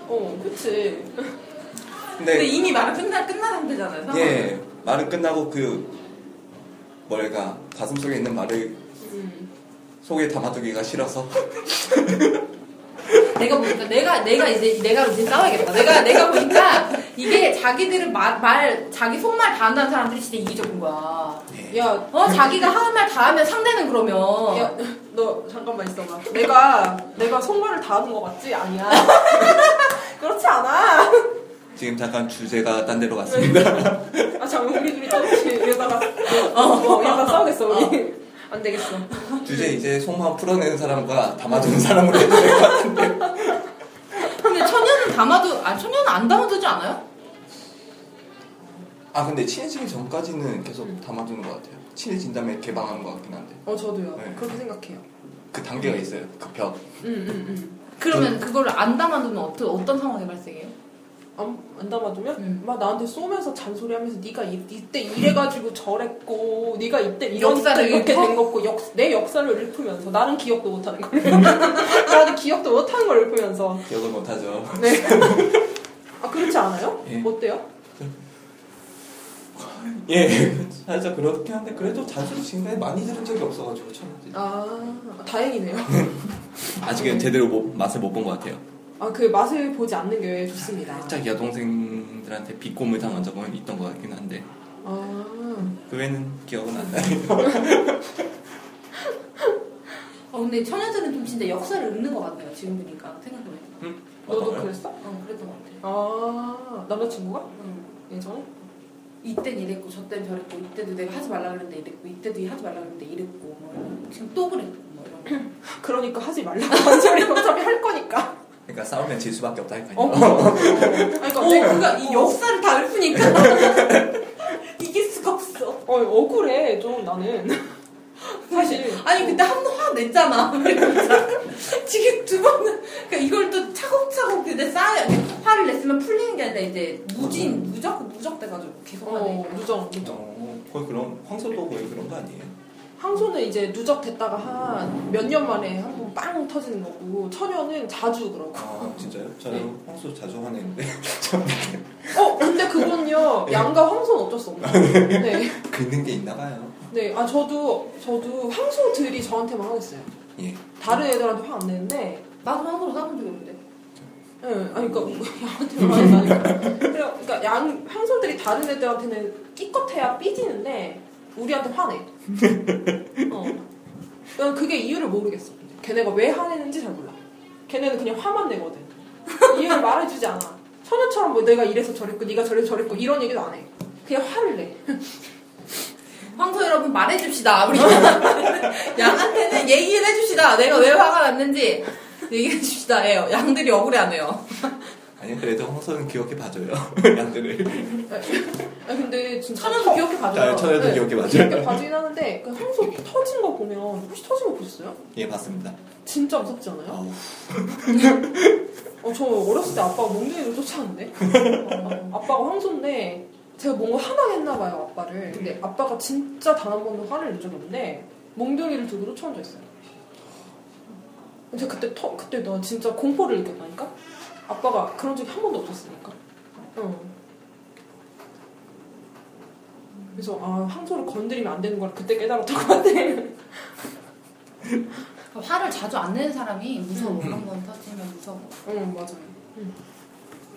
어 그치. 근데 근데, 이미 말은 끝나 끝난 상태잖아요. 상황은. 예, 말은 끝나고 그, 뭐랄까, 가슴속에 있는 말을 음. 속에 담아두기가 싫어서. 내가 보니까 내가 내가 이제 내가 이제 싸워야겠다. 내가 내가 보니까 이게 자기들은 말, 말 자기 속말 다 한다는 사람들이 진짜 이기적인 거야. 예. 야 어 자기가 하는 말 다 하면 상대는 그러면 야, 너 잠깐만 있어봐. 내가 내가 손발을 다 하는 거 맞지? 아니야. [laughs] 그렇지 않아. 지금 잠깐 주제가 딴 데로 갔습니다. 아 잠깐 우리 둘이 똑같이 이러다가 어, 이러다가 싸우겠어 우리. 안 되겠어. 주제 이제 속마음 풀어내는 사람과 담아두는 사람으로 해도 될 것 같은데. 근데 천연은 담아도 아 천연은 안 담아두지 않아요? 아, 근데 친해지기 전까지는 계속 담아두는 것 같아요. 친해진 다음에 개방하는 것 같긴 한데. 어 저도요. 네. 그렇게 생각해요. 그 단계가 있어요. 그 벽. 응응응. 음, 그러면 그걸 안 담아두면 어떤 어떤 상황이 발생해요? 안, 안 담아두면 음. 막 나한테 쏘면서 잔소리하면서 네가 이, 이때 이래가지고 저랬고 네가 이때 이러니까 역사를 이렇게 읊어? 된 거고 역, 내 역사를 읊으면서 나는 기억도 못하는 걸 [laughs] 나는 기억도 못하는 걸 읊으면서 기억을 못하죠. 네. 그렇죠. 아 그렇지 않아요? 예. 어때요? 예, 살짝 그렇긴 한데 그래도 잔소리 지금까지 많이 들은 적이 없어가지고 참 아 다행이네요. 아직은 제대로 못- 맛을 못 본 것 같아요. 아 그 맛을 보지 않는 게 좋습니다. 아, 살짝 여동생들한테 비꼬물 당한 적은 있던 것 같긴 한데 아 그 외에는 기억은 안 나요. 어 근데 천연들은 좀 진짜 역사를 읊는 것 같아요. 지금 보니까 생각해보니까. 너도 어떤가요? 그랬어? 어 그랬던 것 같아요. 아 남자친구가 음. 예전에? 이땐 이랬고 저땐 저랬고 이때도 내가 하지 말라 그랬는데 이랬고 이때도 하지 말라 그랬는데 이랬고 뭐 이런. 지금 또 그랬고 뭐 이런 거. 그러니까 하지 말라고 [laughs] 한 소리 어차피 할 거니까. 그러니까 싸우면 질 수밖에 없다니까요. 어. 어. 그러니까 어, 내가 그러니까 이 역사를 다 읊으니까 [laughs] 이길 수가 없어 어 억울해 좀 나는 사실 아니 근데 한 번 화 냈잖아 [laughs] 그러니까 지금 두 번은 그러니까 이걸 또 차곡차곡 근데 쌓아야 돼. 화를 냈으면 풀리는 게 아니라 이제 무진 무적 무적 돼가지고 [laughs] 계속 어 화내 누정 누정 [laughs] 어, 거의 그런 황소도 거의 그런 거 아니에요? 항소는 이제 누적됐다가 한 몇 년 만에 한 번 빵 터지는 거고 처녀는 자주 그러고. 아 진짜요? 저는 황소 자주 화내는데 [laughs] 어, 근데 그건요, 양과 황소는 어쩔 수 없나요? 네. 긁는 게 있나 봐요. 네, 아, 저도, 저도 황소들이 저한테만 하겠어요. 예. 다른 애들한테 화 안 내는데, 나도 한번로 싸본 적이 없는데 예, 아니, 그니까, [laughs] 양한테만 하는 거 아니에요. 그래요. 그니까, 그러니까 양, 황소들이 다른 애들한테는 끼껏해야 삐지는데, 우리한테 화내. 어. 난 그게 이유를 모르겠어. 걔네가 왜 화내는지 잘 몰라. 걔네는 그냥 화만 내거든. 이유를 말해주지 않아. 소녀처럼 뭐 내가 이래서 저랬고, 네가 저래서 저랬고, 이런 얘기도 안 해. 그냥 화를 내. 황소 여러분 말해줍시다. 우리 [laughs] 양한테는 얘기를 해줍시다. 내가 왜 화가 났는지 얘기해줍시다. 예요. 양들이 억울해하네요. 아니요 그래도 황소는 귀엽게 봐줘요. [laughs] 양들을. [laughs] 아 근데 진짜 천연도 기억해 아, 봐줘요. 저도 네. 귀엽게 이렇게 봐줘요. 봐주긴 하는데 그 황소 터진 거 보면 혹시 터진 거 보셨어요? 예 봤습니다. 진짜 무섭지 않아요? 아우. 어, 저 어렸을 때 아빠가 몽둥이로 쫓아왔는데 어, 아빠가 황소인데 제가 뭔가 하나 했나 봐요 아빠를 근데 아빠가 진짜 단 한 번도 화를 낸 적이 없는데 몽둥이를 들고 쫓아온 적 있어요 근데 그때 터, 그때 난 진짜 공포를 느꼈다니까 아빠가 그런 적이 한 번도 없었으니까 응. 그래서 아 황소를 건드리면 안 되는 걸 그때 깨달았던 것 같아. [laughs] 그러니까 화를 자주 안 내는 사람이 무서워. 한번 터지면 무서워. 응 맞아요.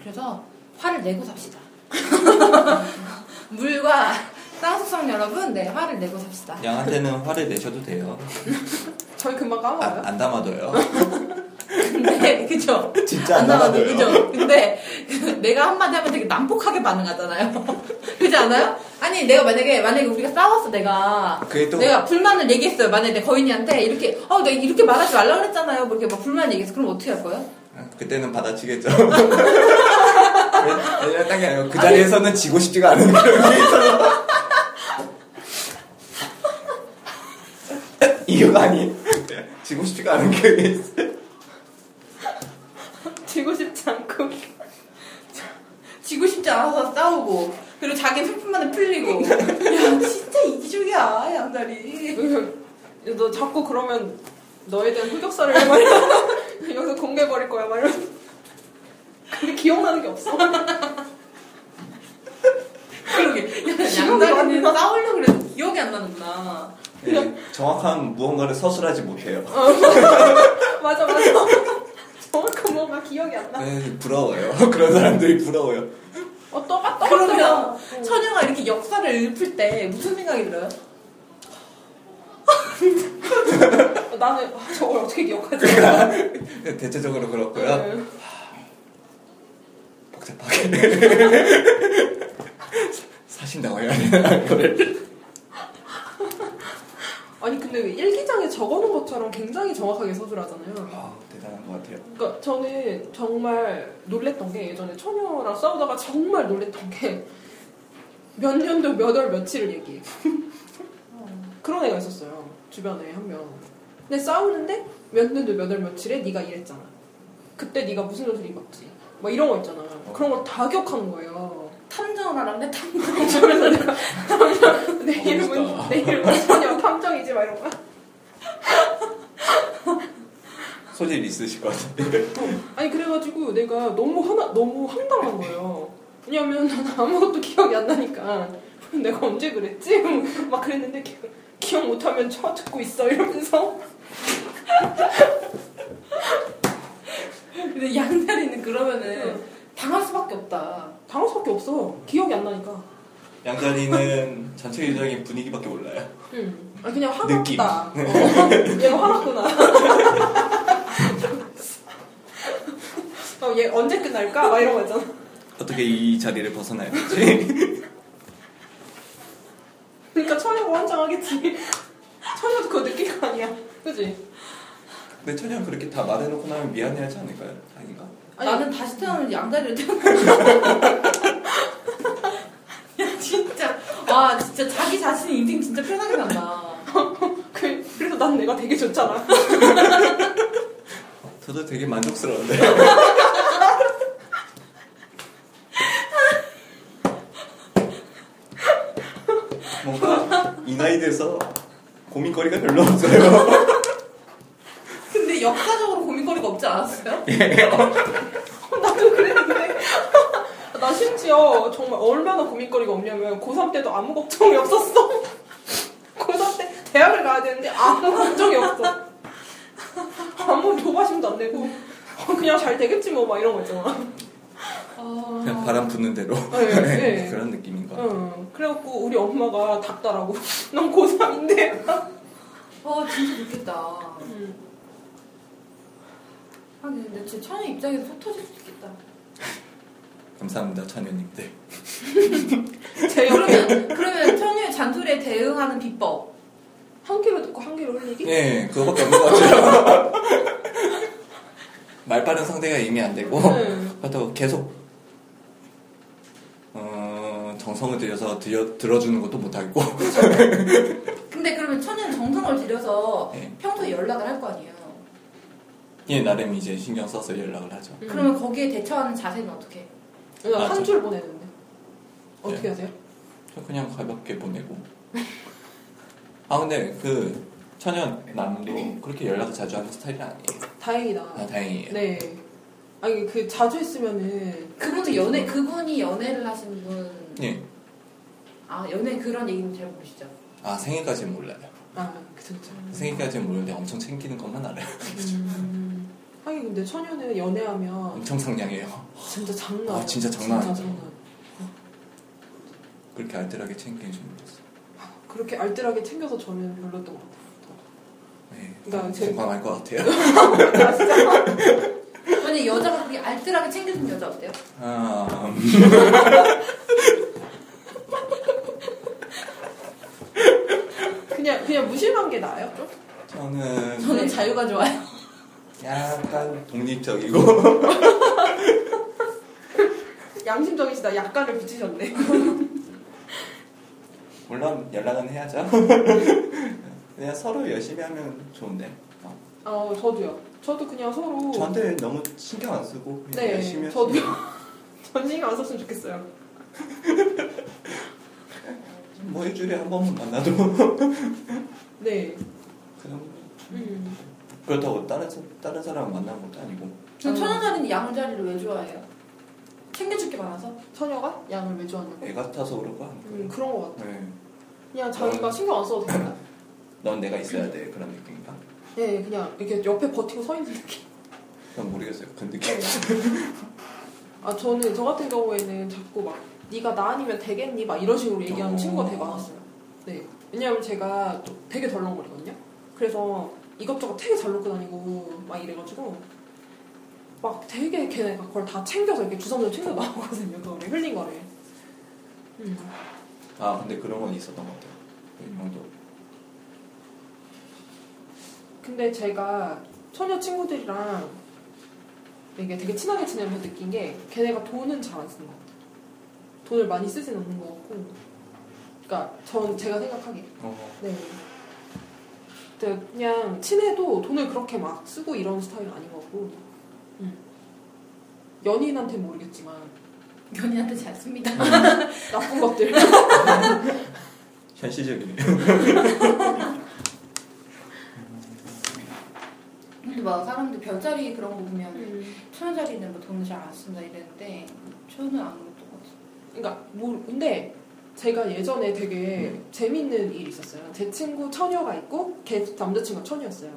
그래서 화를 내고 삽시다. [laughs] 물과 땅수성 여러분, 네, 화를 내고 삽시다. 양한테는 화를 내셔도 돼요. 저희 금방 까먹어요. [laughs] 안, 안 담아둬요. 근데, [laughs] 그죠? 진짜 안 나가도, 담아둬요. 그죠? 근데 [laughs] 내가 한마디 하면 되게 난폭하게 반응하잖아요. [laughs] 그렇지 않아요? 아니, 내가 만약에, 만약에 우리가 싸웠어, 내가. 그게 또 내가 불만을 얘기했어요. 만약에 내 거인이한테 이렇게, 어, 내가 이렇게 말하지 말라 그랬잖아요. 뭐 이렇게 막 불만 얘기했어. 그럼 어떻게 할 거예요? 아, 그때는 받아치겠죠. [laughs] 왜냐면 딴게 아니고 그 자리에서는 지고 싶지가 않은 그런 게 있어서. [laughs] 이유가 아니. 지고 싶지가 않은 게 있어. 지고 싶지 않고. 지고 싶지 않아서 싸우고 그리고 자기 슬픔만에 풀리고 [laughs] 야 진짜 이기적이야 양다리 그, 너 자꾸 그러면 너에 대한 흑역사를 막 이러면서 여기서 공개해버릴 거야 막 이러면서 근데 기억나는 게 없어 [laughs] 그러게 야, 기억이 안 양다리는 나. 싸우려고 그래도 기억이 안 나는구나 네, 정확한 무언가를 서술하지 못해요. 맞아 맞아 정확한 뭔가 기억이 안나 네, 부러워요. [laughs] 그런 사람들이 부러워요. 어, 떠가 그러면 떠가 천영아 이렇게 역사를 읊을 때 무슨 생각이 들어요? 나는 아, 저걸 어떻게 기억하지 네, 대체적으로 그렇고요. 네. 복잡하게. 사신다고 해야 되나? 그걸. 아니 근데 왜 일기장에 적어놓은 것처럼 굉장히 정확하게 서술하잖아요 아, 대단한 것 같아요. 그러니까 저는 정말 놀랬던 게 예전에 처녀랑 싸우다가 정말 놀랬던 게 몇 년도 몇 월 며칠을 얘기해. 그런 애가 있었어요. 주변에 한 명. 근데 싸우는데 몇 년도 몇 월 며칠에 네가 이랬잖아. 그때 네가 무슨 옷을 입었지. 막 이런 거 있잖아. 그런 걸 다 기억하는 거예요. [laughs] 탐정을 하는데 탐정 그래서 내가 탐정, 내 이름은 어, 멋있다. 내 이름은 처녀 탐정이지 막 이런 거. 소질 있으실 것 같은데. 아니 그래가지고 내가 너무 하나 너무 황당한 거예요. 왜냐면 난 아무것도 기억이 안 나니까 내가 언제 그랬지? [laughs] 막 그랬는데 기, 기억 못하면 쳐 듣고 있어 이러면서 근데 양다리는 그러면은 당할 수밖에 없다 당할 수밖에 없어. 기억이 안 나니까. 양자리는 전체적인 분위기밖에 몰라요. 응. 아 그냥 느낌. 네. 화났다. 어, 얘가 화났구나. 어, 얘 언제 끝날까? 막 이런 거 있잖아. 어떻게 이 자리를 벗어나야 되지? 그러니까 처녀가 환장하겠지. [laughs] 처녀도 그거 느낄 거 아니야. 그지? 근데 천연 그렇게 다 말해놓고 나면 미안해하지 않을까요? 아닌가? 아니, 나는 다시 태어나면 양다리를 [laughs] 태어나 야 진짜 와 진짜 자기 자신 인생 진짜 편하게 산다 그, 그래서 난 내가 되게 좋잖아. 저도 되게 만족스러운데. 뭔가 이 나이 돼서 고민거리가 별로 없어요. 근데 역사적으로 고민거리가 없지 않았어요? [laughs] 나도 그랬는데. 나 심지어 정말 얼마나 고민거리가 없냐면 고3 때도 아무 걱정이 없었어. [laughs] 고3 때 대학을 가야 되는데 아무 걱정이 없어. 아무 조바심도 안 내고 어, 그냥 잘 되겠지 뭐 막 이런 거 있잖아. 아, 그냥 바람 부는 대로 네, 네. [laughs] 그런 느낌인 것 같아요. 응. 그래갖고 우리 엄마가 닥달하고 [laughs] 넌 고3인데. 아 진짜 좋겠다 음. 하긴 근데 진짜 천연 입장에서 속 터질 수도 있겠다 감사합니다, 천연님들. 제 옆에 그러면 그러면 천연의 잔소리에 대응하는 비법 한 개로 듣고 한 개로 흘리기? 예, 그거밖에 없는 것 같아요. [laughs] 말 빠른 상대가 이미 안 되고, 네. 그렇다고 계속, 어, 정성을 들여서 들여, 들어주는 것도 못하고, [laughs] 근데 그러면 천연 정성을 들여서 네. 평소에 연락을 할 거 아니에요 예, 나름 이제 신경 써서 연락을 하죠. 음. 그러면 거기에 대처하는 자세는 어떻게 해요? 그냥 맞아. 한 줄 보내는데. 어떻게 네. 하세요? 저 그냥 가볍게 보내고. 아, 근데 그, 천연 남도 그렇게 연락을 자주 하는 스타일은 아니에요. 다행이다. 아, 다행이에요. 네. 아니 그 자주 했으면은 뭐? 그분도 연애 그분이 연애를 하신 분 예, 아 연애 그런 얘기는 잘 모르시죠? 아 생일까지는 몰라요. 아 그쵸 그쵸. 생일까지는 모르는데 엄청 챙기는 것만 알아요. 음. 하긴 근데 처녀는 연애하면 엄청 상냥해요. 진짜 장난. 아, 진짜 장난 아니죠. 장난. 그렇게 알뜰하게 챙기는 줄 몰랐어요. 그렇게 알뜰하게 챙겨서 저는 별로였던 것 같아요. 네, 그러니까 제- 공감할 것 같아요. 근데 여자가 그렇게 알뜰하게 챙겨준 여자 어때요? 아, 음. 그냥 그냥 무심한 게 나아요 좀? 저는 저는 자유가 좋아요. 약간 독립적이고 양심적이시다. 약간을 붙이셨네. 물론 연락은 해야죠. [laughs] 그냥 서로 열심히 하면 좋은데 어, 어 저도요. 저도 그냥 서로. 저한테 너무 신경 안 쓰고 그냥 네. 열심히 했어요. 저도요. [laughs] 전 신경 안 썼으면 좋겠어요. 뭐 일주일에 한 번만 만나도 [laughs] 네. 그냥 음. 그렇다고 다른 사- 다른 사람 만나는 것도 아니고 전 천연자리는 양자리를 왜 좋아해요? 챙겨줄 게 많아서? 처녀가 양을 왜 좋아하는? 애 같아서 그런 거 아니고 음 그런 것 같아. 네. 그냥 어. 자기가 신경 안 써도 된다. 넌 내가 있어야 돼 그런 느낌인가? 네, 그냥 이렇게 옆에 버티고 서 있는 느낌. 난 모르겠어요 그 느낌 네. 아 저는 저 같은 경우에는 자꾸 막 네가 나 아니면 되겠니 막 이런 식으로 얘기하는 어. 친구가 되게 많았어요. 네, 왜냐하면 제가 또 되게 덜렁거리거든요. 그래서 이것저것 되게 잘 놓고 다니고 막 이래가지고 막 되게 걔네가 그걸 다 챙겨서 이렇게 주섬주섬 챙겨 나오거든요. 그거를 흘린 거를. 음. [laughs] 아 근데 그런 건 있었던 것 같아요 네, 이 형도 근데 제가 처녀 친구들이랑 이게 되게 친하게 지내면서 느낀 게 걔네가 돈은 잘 안 쓰는 것 같아요. 돈을 많이 쓰진 않는 것 같고. 그러니까 전 제가 생각하기에. 어, 네. 근데 그냥 친해도 돈을 그렇게 막 쓰고 이런 스타일은 아닌 것 같고. 음. 연인한테 모르겠지만 연인한테 잘 씁니다. 나쁜 것들. 현실적이네 근데 막 사람들 별자리 그런 거 보면 천연자리는 뭐 돈을 잘 안 쓴다 이랬는데 저는 안 그랬던 것 같아요. 그러니까 뭐 근데 제가 예전에 되게 재밌는 일이 있었어요. 제 친구 처녀가 있고 걔 남자친구가 처녀였어요.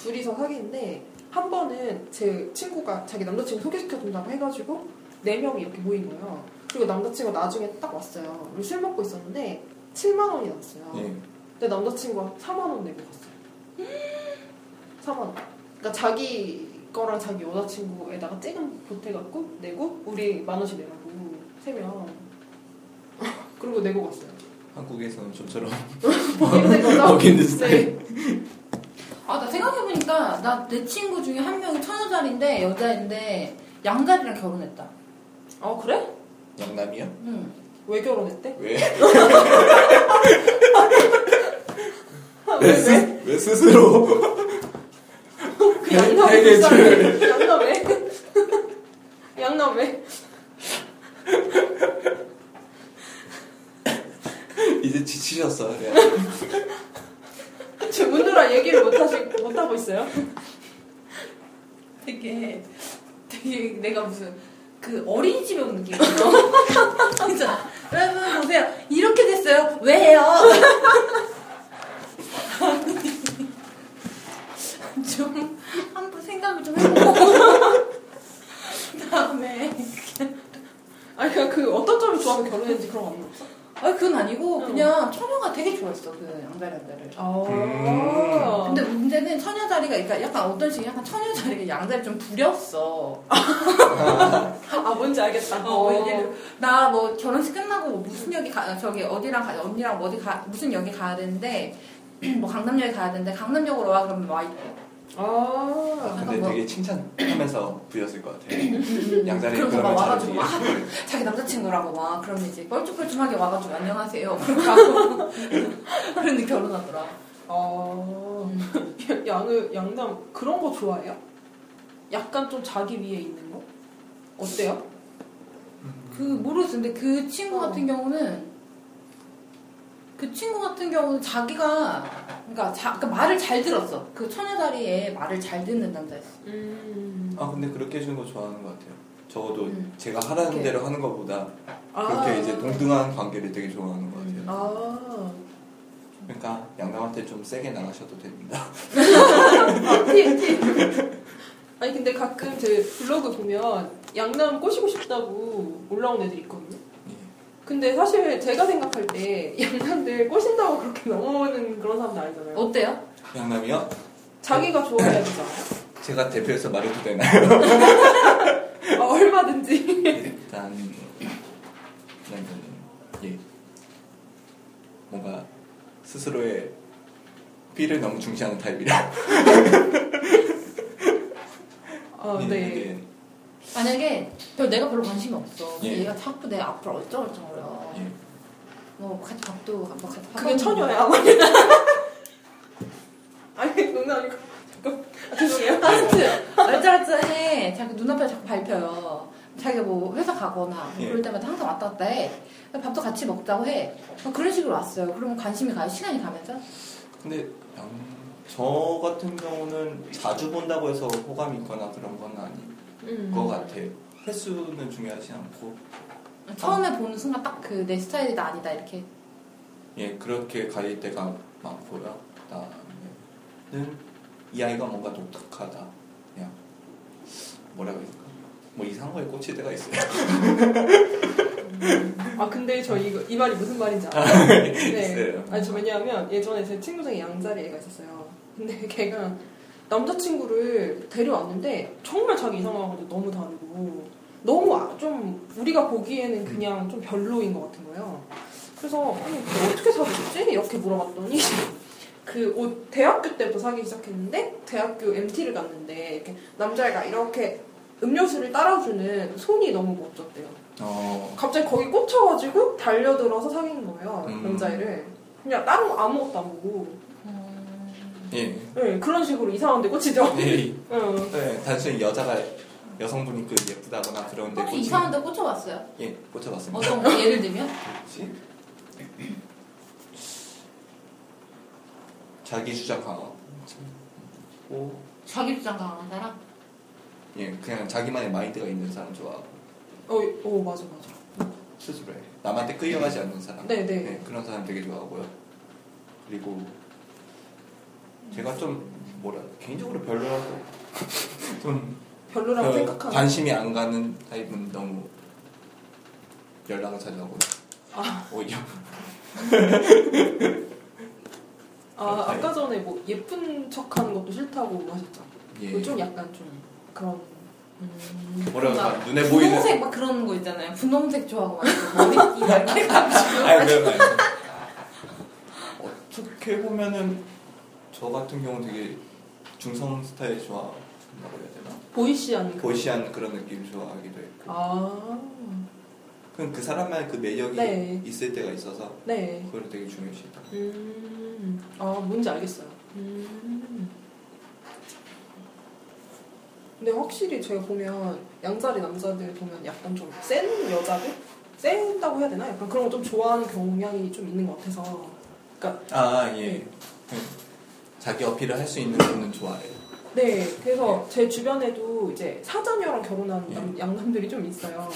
둘이서 사귀는데 한 번은 제 친구가 자기 남자친구 소개시켜 준다고 해가지고 네 명이 이렇게 모인 거예요. 그리고 남자친구가 나중에 딱 왔어요. 우리 술 먹고 있었는데 7만 원이 났어요. 예. 근데 남자친구가 4만 원 내고 갔어요. [gasps] 4만 원. 그러니까 자기 거랑 자기 여자친구에다가 찍은 보태갖고 내고 우리 만 원씩 내라고 세 명. 그리고 내고 갔어요. 한국에서는 좀처럼 힘든 거죠? [laughs] 거기 있는 스타일 네. 아, 나 생각해보니까 나 내 친구 중에 한 명이 천연자리인데 여자인데 양자리랑 결혼했다. 아 그래? 영남이요? 응. 왜 결혼했대? 왜? 왜 왜? 왜 스스로? 그 양남의 되게 불쌍해. 양남의 [laughs] 양남의 이제 지치셨어. 그냥. 지금 웃느라 얘기를 못 하시 못 하고 있어요. 되게 되게 내가 무슨 그 어린이집에 온 느낌. [laughs] 진짜. 여러분 보세요. 이렇게 됐어요. 왜요? [laughs] 좀 한번 생각을 좀 해보고 다음에 아니 그냥 그 어떤 점을 좋아서 결혼했는지 그런 거 없나? 아 그건 아니고 응. 그냥 처녀가 되게 좋아했어 그 양자리한자를 아. 근데 문제는 처녀 자리가 그러니까 약간 어떤 식이 약간 처녀 자리가 양자리 좀 부렸어 아 뭔지 알겠다. 어, 나 뭐 결혼식 끝나고 무슨 여기 가 저기 어디랑 가 언니랑 뭐 어디 가 무슨 여기 가야 되는데 [clears throat] 뭐 강남역에 가야 되는데 강남역으로 와 그러면 와 아. 아, 근데 되게 칭찬하면서 부였을 것 같아. 양자리 그러면서 막 그러면 와가지고 잘지. 막 [laughs] 자기 남자친구라고 와 그러면 이제 뻘쭘뻘쭘하게 와가지고 안녕하세요 [laughs] 그러고 가고 그런데 결혼하더라 아 양을 양남 그런 거 좋아해요? 약간 좀 자기 위에 있는 거? 어때요? 그 모르겠어. 근데 그 친구 어. 같은 경우는 그 친구 같은 경우는 자기가 그러니까, 자, 그러니까 말을 잘 들었어. 그 처녀자리에 말을 잘 듣는 남자였어. 음. 아 근데 그렇게 해주는 거 좋아하는 것 같아요. 적어도 음. 제가 하라는 이렇게. 대로 하는 것보다 그렇게 이제 동등한 관계를 되게 좋아하는 것 같아요. 아, 그러니까 양남한테 좀 세게 나가셔도 됩니다. 아, 티, 티. 아니, 근데 가끔 제 블로그 보면 양남 꼬시고 싶다고 올라온 애들 있거든요. 예. 근데 사실 제가 생각할 때 양남들 꼬신다고 그렇게 넘어오는 그런 사람들 아니잖아요. 어때요? 양남이요? 자기가 좋아해야 되잖아요. 제가 대표해서 말해도 되나요? 아, 얼마든지. 일단 양남은 예 뭔가 스스로의 삐를 너무 중시하는 타입이라 아, 예, 네. 예, 만약에 별 내가 별로 관심이 없어. 예. 얘가 자꾸 내 앞을 얼쩡얼쩡거려. 예. 뭐 같이 밥도 뭐 같이 밥 그게 먹는 처녀야, 아니. [laughs] 아니, 농담이고. 잠깐. 아, 죄송해요. 하여튼 얼짜얼짜해 자기 눈앞에 자꾸 밟혀요 자기가 뭐 회사 가거나 뭐 예. 그럴 때마다 항상 왔다 갔다 해 밥도 같이 먹자고 해뭐 그런 식으로 왔어요 그러면 관심이 가요 시간이 가면서 근데 양- 저 같은 경우는 자주 본다고 해서 호감이 있거나 그런 건 아닌 음. 것 같아요. 횟수는 중요하지 않고 아. 처음에 보는 순간 딱 그 내 스타일이다 아니다 이렇게 예 그렇게 갈 때가 많고요. 그다음에는 이 아이가 뭔가 독특하다. 그냥 뭐라고 해야 될까? 뭐 이상한 거에 꽂힐 때가 있어요. 아 근데 저 이거 이 말이 무슨 말인지 알아요? 네. 네. 있어요. 아니 저 왜냐하면 예전에 제 친구 중에 양자리 애가 있었어요. 근데 [laughs] 걔가 남자친구를 데려왔는데 정말 자기 이상형하고 너무 다르고 너무 아- 좀 우리가 보기에는 그냥 좀 별로인 것 같은 거예요. 그래서 아니 그 어떻게 사귀었지? 이렇게 물어봤더니 [laughs] 그 옷 대학교 때부터 사귀기 시작했는데 대학교 MT를 갔는데 이렇게 남자애가 이렇게 음료수를 따라주는 손이 너무 멋졌대요. 어, 갑자기 거기 꽂혀가지고 달려들어서 사귄 거예요 그 음. 남자애를 그냥 다른 거 아무것도 안 보고 예. 네, 그런 식으로 이상한데 꽂히죠 예. [laughs] 응. 네, 단순히 여자가 여성분이 그 예쁘다거나 그런데 혹시 어, 이상한 데 꽂혀봤어요? 예 꽂혀봤습니다. 어떤 거 예를 들면? 뭐지? 자기 주장 강하고 자기 주장 강한 사람? 예 그냥 자기만의 마인드가 있는 사람 좋아하고 어, 어 맞아 맞아 스스로 해 남한테 끌려가지 않는 사람 네, 네. 그런 사람 되게 좋아하고요 그리고 제가 좀 뭐라 개인적으로 별로라고 좀 별로라고 그 생각하는 관심이 안 가는 타입은 너무 연락을 자주 하고 아, 오히려 아 네. 아까 전에 뭐 예쁜 척하는 것도 싫다고 뭐 하셨죠 예 그좀 약간 좀 그런 뭐라 뭔가 그럴까 눈에 보이는 분홍색 막 그런 거 있잖아요 분홍색 좋아하고 막 머리띠 막 이렇게 가지고 아니, 왜, 왜. 어떻게 보면은 저 같은 경우 는 되게 중성 스타일 좋아한다고 해야 되나? 보이시한 그... 보이시한 그런 느낌 좋아하기도 해. 아네 그럼 그 사람만의 그 매력이 네. 있을 때가 있어서 그걸 되게 중요시했다. 음, 아 뭔지 알겠어요. 음. 근데 확실히 제가 보면 양자리 남자들 보면 약간 좀 센 여자들, 센다고 해야 되나? 약간 그런 거 좀 좋아하는 경향이 좀 있는 것 같아서. 그러니까 아 예. 자기 어필을 할 수 있는 분은 좋아해요. 네, 그래서 제 주변에도 이제 사자녀랑 결혼한 남- 양남들이 좀 있어요.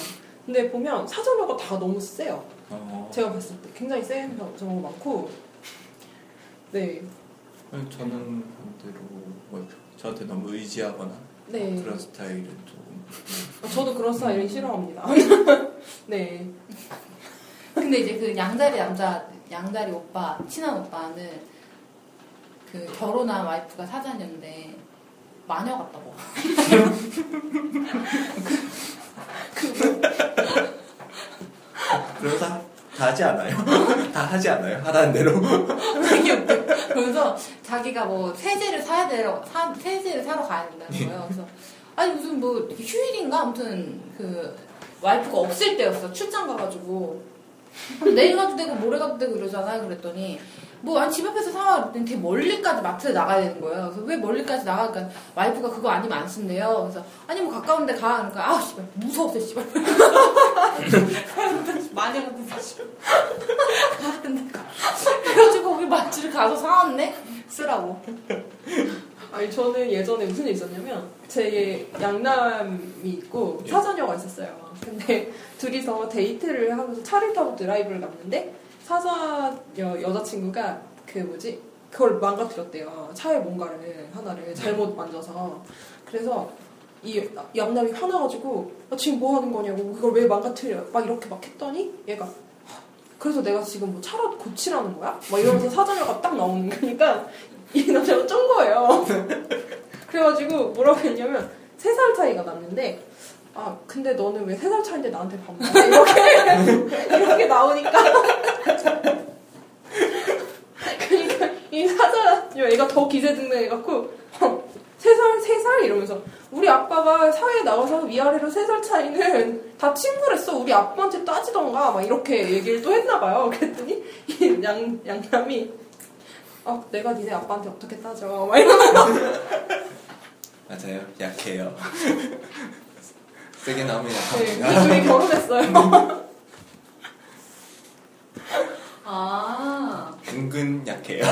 근데 보면 사자녀가 다 너무 세요. 어. 제가 봤을 때 굉장히 센 경우가 많고, 네, 아니, 어, 저는 반대로 뭐 저한테 너무 의지하거나 네. 그런 스타일은 조금 아, 저도 그런 스타일이 싫어합니다. [laughs] 네. [laughs] 근데 이제 그 양다리 남자, 양다리 오빠, 친한 오빠는 그 결혼한 와이프가 사자녀인데 마녀 같다고. 그런 사람 다 하지 않아요? [laughs] 다 하지 않아요? 하라는 대로. 되게 웃겨. [laughs] 그래서 자기가 뭐 세제를 사야 돼요. 사, 세제를 사러 가야 된다는 거예요. 그래서 아니 무슨 뭐 휴일인가 아무튼 그 와이프가 없을 때였어. 출장 가가지고 내일 가도 되고 모레 가도 되고 이러잖아요. 그랬더니 뭐 아니 집 앞에서 사와 그랬더니 되게 멀리까지 마트에 나가야 되는 거예요. 그래서 왜 멀리까지 나가? 그러니까 와이프가 그거 아니면 안 쓴대요. 그래서 아니 뭐 가까운데 가. 그러니까 아 씨발 무서웠어 씨발. 마녀가 [laughs] 무서워. 가는데 가. 그래가지고 거기 마트를 가서 사왔네? 쓰라고. 아니 저는 예전에 무슨 일 있었냐면 제 양남이 있고 예. 사자녀가 있었어요. 근데 둘이서 데이트를 하면서 차를 타고 드라이브를 갔는데 사사 여, 여자친구가 그 뭐지 그걸 망가뜨렸대요 차에 뭔가를 하나를 잘못 만져서 그래서 이 양남이 화나가지고 아, 지금 뭐 하는 거냐고 그걸 왜 망가뜨려 막 이렇게 막 했더니 얘가 그래서 내가 지금 뭐 차라도 고치라는 거야? 막 이러면서 사전화가 딱 나오는 거니까 이 남자가 쩐 거예요. 그래가지고 뭐라고 했냐면 세 살 차이가 났는데 아 근데 너는 왜 세 살 차인데 나한테 반말 이렇게 [laughs] 이렇게 나오니까 그러니까 이 사자 애가 더 기세등등해갖고 어, 세살 세 살 이러면서 우리 아빠가 사회에 나가서 위아래로 세 살 차이는 다 친구랬어 우리 아빠한테 따지던가 막 이렇게 얘기를 또 했나봐요 그랬더니 이 양 양남이 아 내가 니네 아빠한테 어떻게 따져 막 이러면서 맞아요. 약해요. [laughs] 세게 나오면 네, 약합니다. 그 둘이 결혼했어요 아 [laughs] 은근 약해요.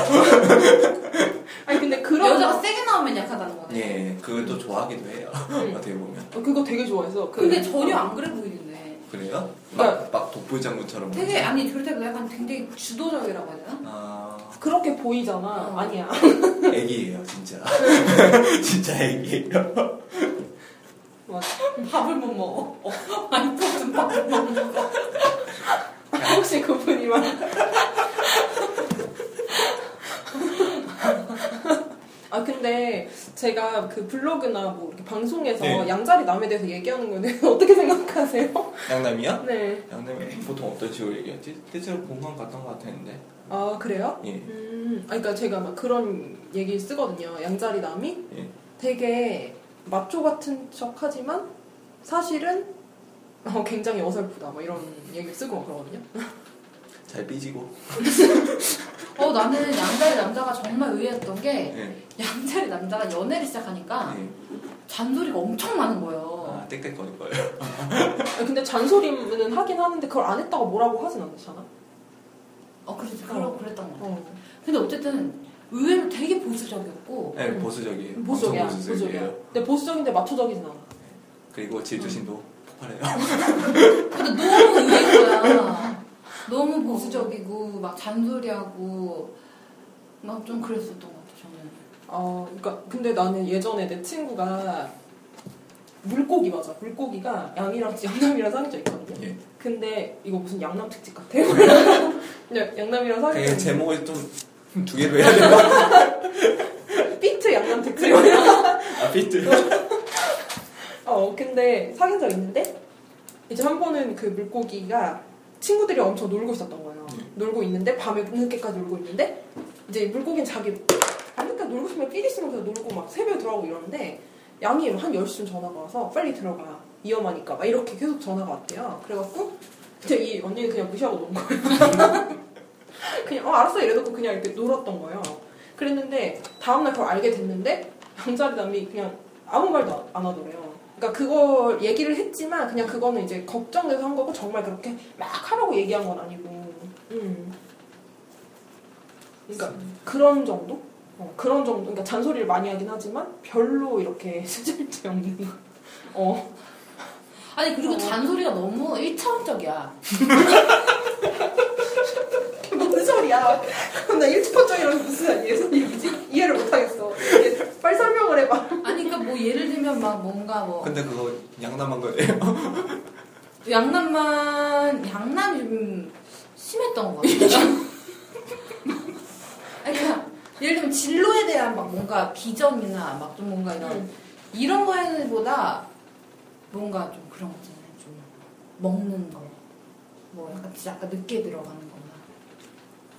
아니 근데 그런 여자가 세게 나오면 약하다는 거네. 예, 그걸 또 좋아하기도 해요. 어떻게 보면. 어, 그거 되게 좋아해서 그- 근데 전혀 안 그래 보이는데. 그래요? 막, 막 독불장군처럼. 되게 아니 조르테가 약간 굉장히 주도적이라고 해야 되나? 아, 그렇게 보이잖아 어. 아니야 [laughs] 애기예요, 진짜. [laughs] 진짜 애기예요. 맞아. 밥을 못 먹어. 어, 아니 무슨 밥을 못 먹어. 혹시 그분이 막 [laughs] 아, 근데 제가 그 블로그나 뭐 이렇게 방송에서 네. 양자리 남에 대해서 얘기하는 거에 대해서 [laughs] 어떻게 생각하세요? 양남이요? 네. 양남이 보통 어떤 식으로 얘기하지? 뜻으로 공감 같던 것 같았는데. 아, 그래요? 예, 음, 아, 그러니까 제가 막 그런 얘기 쓰거든요. 양자리 남이 예. 되게 마초 같은 척 하지만 사실은 어, 굉장히 어설프다 뭐 이런 얘기를 쓰고 그러거든요. 잘 삐지고. 어 나는 양자리 남자가 정말 의외였던 네. 게 예, 양자리 남자가 연애를 아, 시작하니까 예. 잔소리가 엄청 많은 어. 거예요. 아, 땡땡거릴 거예요. 아니, 근데 잔소리는 하긴 하는데 그걸 안 했다고 뭐라고 하진 않잖아. 어 그래서 어. 그러 그랬던 거 같아. 어. 근데 어쨌든 의외로 되게 보수적이었고 예, 보수적이에요. 예. 엄청 음, 보수적이야, 보수적이야. 근데 보수적인데 마초적이진 않아. 그리고 질투심도 음. 폭발해요. [laughs] 근데 너무 의외인 거야. 너무 보수적이고 막 잔소리하고 막 좀 그랬었던 것 같아 저는. 어, 그러니까 근데 나는 예전에 내 친구가 물고기 맞아. 물고기가 양이랑 [laughs] 양남이랑 사귄 적 있거든요. 예. 근데 이거 무슨 양남 특집 같아요? [laughs] 근데 양남이랑 사귄 적 되게 있- 제목을 좀 음, 두 개로 해야 돼요. [laughs] 삐트 양남 특집. [laughs] 아, 삐뚤. 어, 근데 사귄 적 있는데 이제 한 번은 그 물고기가 친구들이 엄청 놀고 있었던 거예요. 놀고 있는데 밤에 늦게까지 놀고 있는데 이제 물고기는 자기 밤늦게 놀고 있으면 삐리 쓰면서 놀고 막 새벽에 들어가고 이러는데 양이 한 10시쯤 전화가 와서 빨리 들어가 위험하니까 막 이렇게 계속 전화가 왔대요. 그래갖고 진짜 이 언니는 그냥 무시하고 논 거예요. [laughs] 그냥 어 알았어 이래놓고 그냥 이렇게 놀았던 거예요. 그랬는데 다음날 그걸 알게 됐는데 양자리 남이 그냥 아무 말도 안 하더래요. 그러니까 그걸 얘기를 했지만 그냥 그거는 이제 걱정돼서 한 거고 정말 그렇게 막 하라고 얘기한 건 아니고. 음. 그러니까 그런 정도? 어, 그런 정도. 그러니까 잔소리를 많이 하긴 하지만 별로 이렇게 [laughs] 수질지 없는 거. 어. 아니 그리고 어. 잔소리가 너무 일차원적이야. 무슨 소리야? 그럼 나 일차원적이라서 무슨 예술 얘기지? 이해를 못하겠어. 이게 빨리 설명을 해봐. 아니 그러니까 뭐 예를 들면 막 뭔가 어. 뭐 근데 그거 양남한 거예요. [laughs] 양남만 양남이 좀 심했던 것 같아요. 아니, 그냥 예를 들면 진로에 대한 막 뭔가 비전이나 막 좀 뭔가 이런 이런 거에보다 뭔가 좀 그런 거 있잖아요. 좀 먹는 거, 뭐 약간 진짜 아까 늦게 들어가는 거나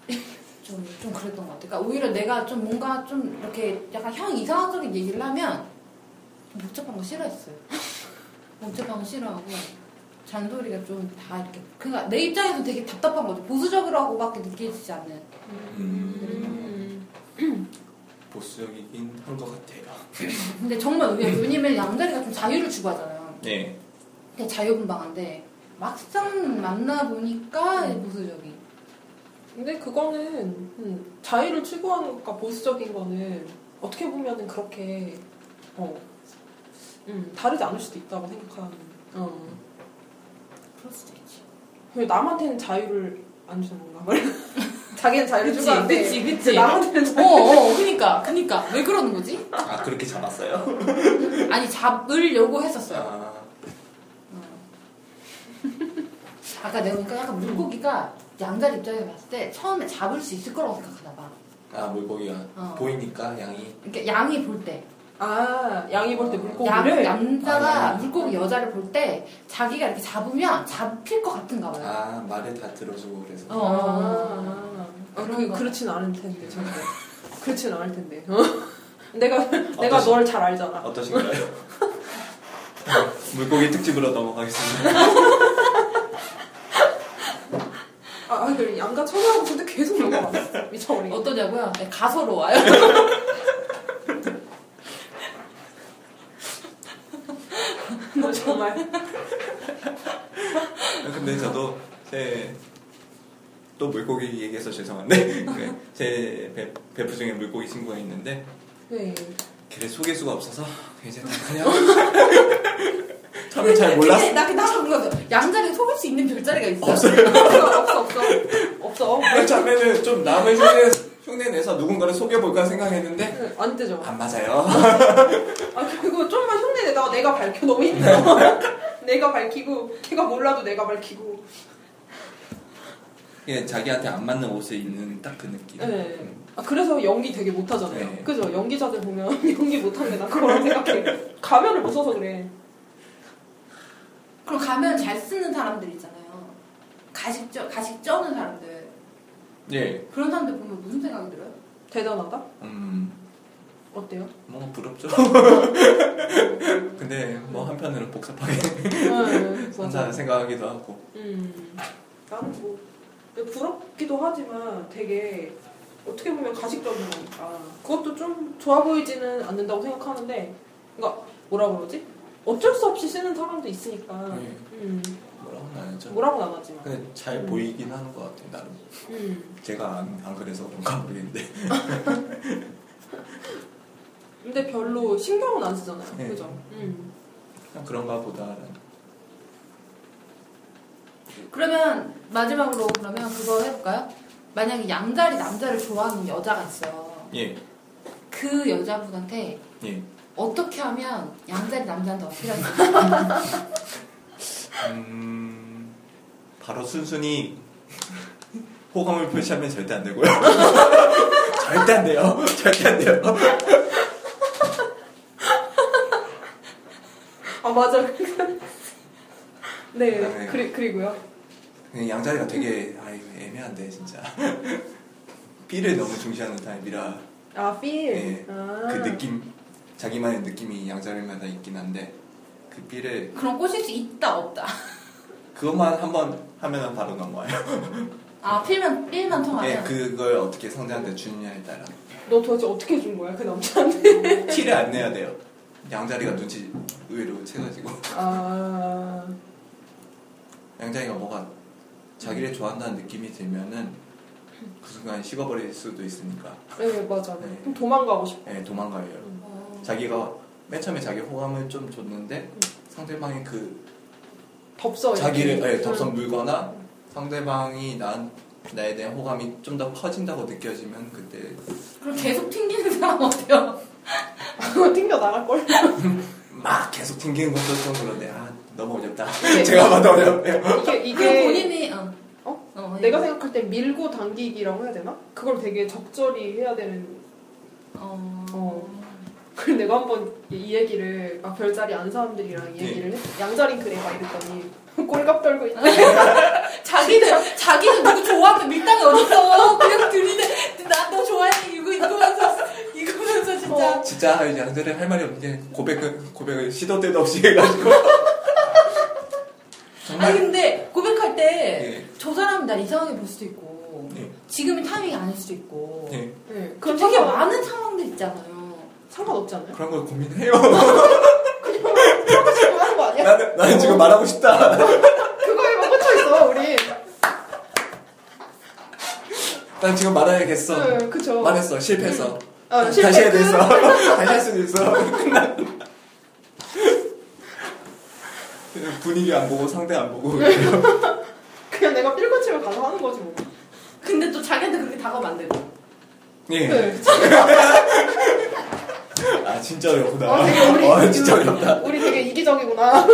[laughs] 좀, 좀 그랬던 것 같아요. 그러니까 오히려 내가 좀 뭔가 좀 이렇게 약간 형 이상적인 얘기를 하면 좀 복잡한 거 싫어했어요. [laughs] 복잡한 거 싫어하고 잔소리가 좀 다 이렇게 그러니까 내 입장에서 되게 답답한 거죠. 보수적이라고밖에 느껴지지 않는. 음. 보수적이긴 한 것 같아요. 근데 정말 의외예요. 왜냐면 양다리가 좀 자유를 추구하잖아요. 예. 되게 자유분방한데 막상 만나보니까 보수적이 근데 그거는 음, 자유를 추구하는 것과 보수적인 거는 어떻게 보면은 그렇게 어, 음, 다르지 않을 수도 있다고 생각하는. 어. 그럴 수도 있지 왜 남한테는 자유를 안 주는 건가? 뭐 이런. 자기는 자유를 주고 안 돼. 그치, 그치. 나한테는 어, 어, 그니까, 그니까. 왜 그러는 거지? 아 그렇게 잡았어요? 아니, 잡으려고 그렇죠. 했었어요. 아, 아까 내가 보니까 약간 물고기가 양자리 입장에서 봤을 때 처음에 잡을 수 있을 거라고 생각하나 봐. 아 물고기가 어. 보이니까 양이 그러니까 양이 볼 때, 아, 양이 볼 때 물고기를 양, 남자가 아, 양이. 물고기 여자를 볼 때 자기가 이렇게 잡으면 잡힐 것 같은가 봐요. 아 말을 다 들어주고 그래서 어. 아, 아, 아, 그런 그, 거. 그렇진 않을 텐데, 절대. 그렇진 않을 텐데. 어. [laughs] 내가, 내가 어떠신- 널 잘 알잖아. [laughs] 어떠신가요? [laughs] 아, 물고기 특집으로 넘어가겠습니다. 아, 아, 그 양과 천하하고 근데 계속 넘어갔어. 미쳐버리겠다. 어떠냐고요? 네, 가서로 와요. 아, 너 정말. 근데 저도 제 또 물고기 얘기해서 죄송한데 [laughs] 그 제 배, 배프 중에 물고기 친구가 있는데 네. 걔를 속일 수가 없어서 굉장히 [laughs] 그냥 처음에 잘 몰랐어. 나 그냥 잡은 거죠. 양자리 속을 수 있는 별자리가 있어요. 없어, 없어, 없어. 없어. 처음에는 좀 남의 흉내, 흉내내서 누군가를 속여볼까 생각했는데 네, 안 되죠. 안 맞아요. [laughs] 아, 그거 좀만 흉내 내다가 내가 밝혀 너무 힘들어. [laughs] 내가 밝히고, 걔가 몰라도 내가 밝히고. 예, 자기한테 안 맞는 옷을 입는 딱 그 느낌. 네. 음. 아, 그래서 연기 되게 못하잖아요. 네. 그죠? 연기자들 보면 [laughs] 연기 못하는 게나 그거라고 생각해. 가면을 못 써서 그래. 그럼 가면 잘 쓰는 사람들 있잖아요. 가식 쪄, 가식 쪄는 사람들. 예. 그런 사람들 보면 무슨 생각이 들어요? 대단하다? 음, 어때요? [laughs] 뭐 부럽죠. 근데 뭐 한편으로 복잡하게 네, 산다는 생각하기도 하고. 음, 나는 뭐 부럽기도 하지만 되게 어떻게 보면 가식적인 거니까 그것도 좀 좋아 보이지는 않는다고 생각하는데 그러니까 뭐라 그러지? 어쩔 수 없이 쓰는 사람도 있으니까 예. 음, 뭐라고는 안 했죠. 뭐라고는 안 하지만 근데 잘 보이긴 하는 것 같아요, 나름. 음. 제가 안, 안 그래서 그런가 모르겠는데. [laughs] 근데 별로 신경은 안 쓰잖아요 네. 그죠? 음. 그냥 그런가 보다라는. 그러면 마지막으로 그러면 그거 해볼까요? 만약에 양자리 남자를 좋아하는 여자가 있어요. 예, 그 여자분한테 예. 어떻게 하면 양자리 남자한테 어필할지 음, 바로 순순히 호감을 표시하면 절대 안 되고요. [laughs] 절대 안 돼요. 절대 안 돼요. 아 [laughs] 맞아 네, 아, 네. 그리, 그리고요 그냥 양자리가 되게 아유 애매한데 진짜 [laughs] B를 너무 중시하는 타입이라 아 필. 네, 아. 그 느낌 자기만의 느낌이 양자리마다 있긴 한데 그 B를 그럼 꼬실 수 있다 없다. 그것만 한번 하면 바로 넘어와요. 아 필만 필만 예, 통하면. 그걸 어떻게 상대한테 주느냐에 따라 너 도대체 어떻게 해준 거야 그 남자한테 티를 안 내야 돼요. 양자리가 눈치 의외로 채가지고 아 양자리가 뭐가 자기를 좋아한다는 느낌이 들면은 그 순간 식어버릴 수도 있으니까 네, 맞아. 네. 그럼 도망가고 싶어. 예, 도망가요. 어. 자기가 맨 처음에 자기 호감을 좀 줬는데 상대방이 그 덥서. 자기를 이렇게. 음. 예, 덥석 물거나 상대방이 난 나에 대한 호감이 좀 더 커진다고 느껴지면 그때 그럼 계속 튕기는 사람 어때요? 그거 [laughs] 튕겨 나갈걸? 막 계속 튕기는 것도 좀 그런데 아 너무 어렵다 네. [laughs] 제가 봐도 예. 어렵네요 이게, 그럼 이게 본인이 어. 어? 어, 내가 생각할 때 밀고 당기기라고 해야 되나? 그걸 되게 적절히 해야 되는. 어. 어. 그리고 내가 한번 이- 이 얘기를 막 별자리 안 사람들이랑 이 네. 얘기를 했 양자리 그래 막 이랬더니 [laughs] 꼴값 떨고 있다. 자기는 자기는 누구 좋아하면 밀당이 어딨어? 그냥 들이대. 나 너 좋아해 이거 이거면서 이거면서 진짜. 진짜 이제 양자리 할 말이 없는 게 고백을 고백을 시도 때도 없이 해가지고 [laughs] 아니 정말 근데 고백할 때 예. 저 사람이 날 이상하게 볼 수도 있고 예. 지금이 타이밍이 아닐 수도 있고 예, 네. 그럼 그럼 되게 되게 많은 상황들 있잖아요. 상관없지 않아요? 그런 걸 고민해요 [laughs] 그거 지금 하는 거 아니야? 나는 나는 지금 말하고 싶다 [laughs] 그거에만 꽂혀 있어 우리. 난 지금 네, 말해야겠어 그쵸. 말했어 실패했어 아, 다시 실패 해야 끝. 돼서 [laughs] 다시 할 수도 있어 끝났다 [laughs] 네. 분위기 안 보고 상대 안 보고 그냥 내가 삘거치면 가서 하는 거지 뭐. 근데 또 자기한테 그렇게 다가오면 안 되고. 예. 네. 아 진짜 어렵구나. 어, 되게 우리- 아 진짜 어렵다. 우리 되게 이기적이구나.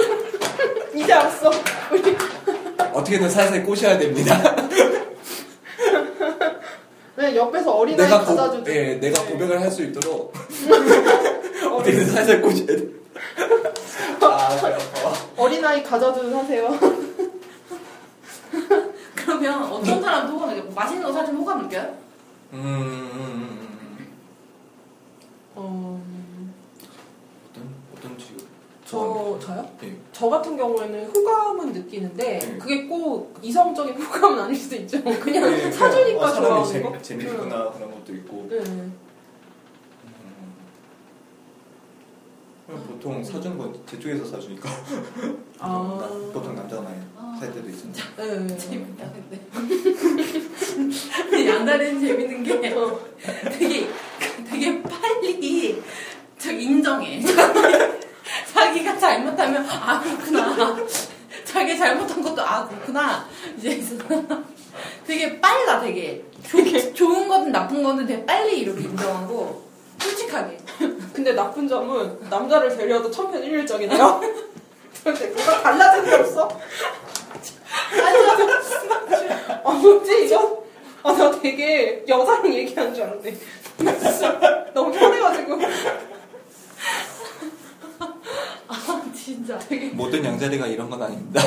[laughs] 이제 알았어. 우리 어떻게든 살살 꼬셔야 됩니다. 그냥 네, 옆에서 어린아이 내가 고, 받아주지. 네. 예, 내가 고백을 네. 할 수 있도록 어린, 어떻게든 살살 꼬셔야 돼. 아 배 아파. 어린아이 가져준 하세요. 그러면 어떤 사람한테 호감 느껴요? 맛있는 거 사주면 호감 느껴요? 음, 음, 음, 어, 음. 어떤 어떤 식으로? 저, 저요? 예. 저 같은 경우에는 호감은 느끼는데, 네. 그게 꼭 이성적인 [laughs] 호감은 아닐 수도 있죠. 그냥 예, 사주니까 어, 사람이 좋아하는 거? 재, 재밌구나 그런 것도 있고. 네. 음. 그냥 보통 사주는 건제 쪽에서 사주니까. 아. 나- 보통 남자가 많이 아. 살 때도 있습니다. 네. 재밌다 근데. 근데 양다리는 재밌는 게 어, 되게 되게 빨리 저 인정해. [laughs] 자기가 잘못하면 아 그렇구나. 자기 잘못한 것도 아 그렇구나. 이제 [laughs] 되게 빨라 되게. 조- 좋은 거든 나쁜 거든 되게 빨리 이렇게 인정하고 솔직하게. 근데 나쁜 점은 남자를 데려와도 천편일률적이네요. [laughs] 근데 뭐가 달라진 게 없어? [laughs] 아, 뭐지, 이거? 아, 나 되게 여자랑 얘기하는 줄 알았네. [laughs] 나 진짜 너무 편해가지고. 아 진짜. 모든 양자리가 이런 건 아닙니다.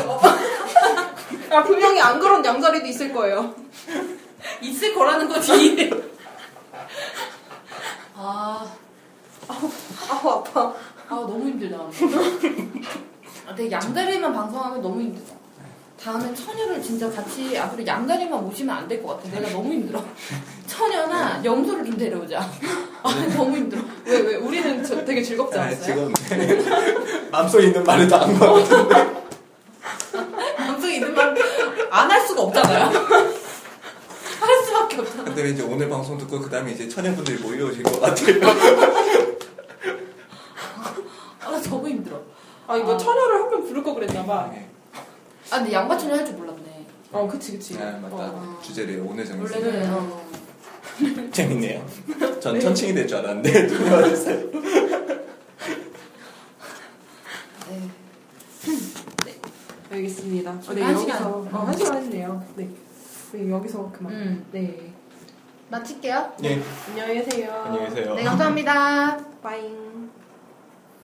아, 분명히 안 그런 양자리도 있을 거예요. 있을 거라는 거지. 아, 아우, 아파. 아 너무 [laughs] 힘들다. 아, 근데 양다리만 방송하면 너무 힘들다. 다음에 천유를 진짜 같이 앞으로 양다리만 오시면 안 될 것 같아. 내가 너무 힘들어. 천연아 영수를 좀 데려오자. 아 너무 힘들어. 왜, 왜, 우리는 저- 되게 즐겁지 아, 않았어요? 지금 [laughs] 맘속에 있는 말을 다 한 것 같아요. 방송 있는 말 안 할 수가 없잖아요. [laughs] 할 수밖에 없잖아. 근데 이제 오늘 방송 듣고 그 다음에 이제 천연분들이 몰려오실 것 같아요. 아나 너무 힘들어. 아, 이거 아. 천여를 한 번 부를 거 그랬나봐. 네. 아 근데 양과 천연 할 줄 몰랐네. 어, 그치, 그치. 아, 맞다. 어. 주제를 오늘 정했어요. 원래는 어, 재밌네요. 전 천칭이 될 줄 알았는데 누가 됐어요. 음. 네, 에이. 알겠습니다. 어, 한 시간. 여기서- 어, 한 시간 했네요. 네. 네, 여기서 그만. 음. 네. 마칠게요. 네, 안녕히 계세요. 안녕히 계세요. 네, 감사합니다. 빠잉.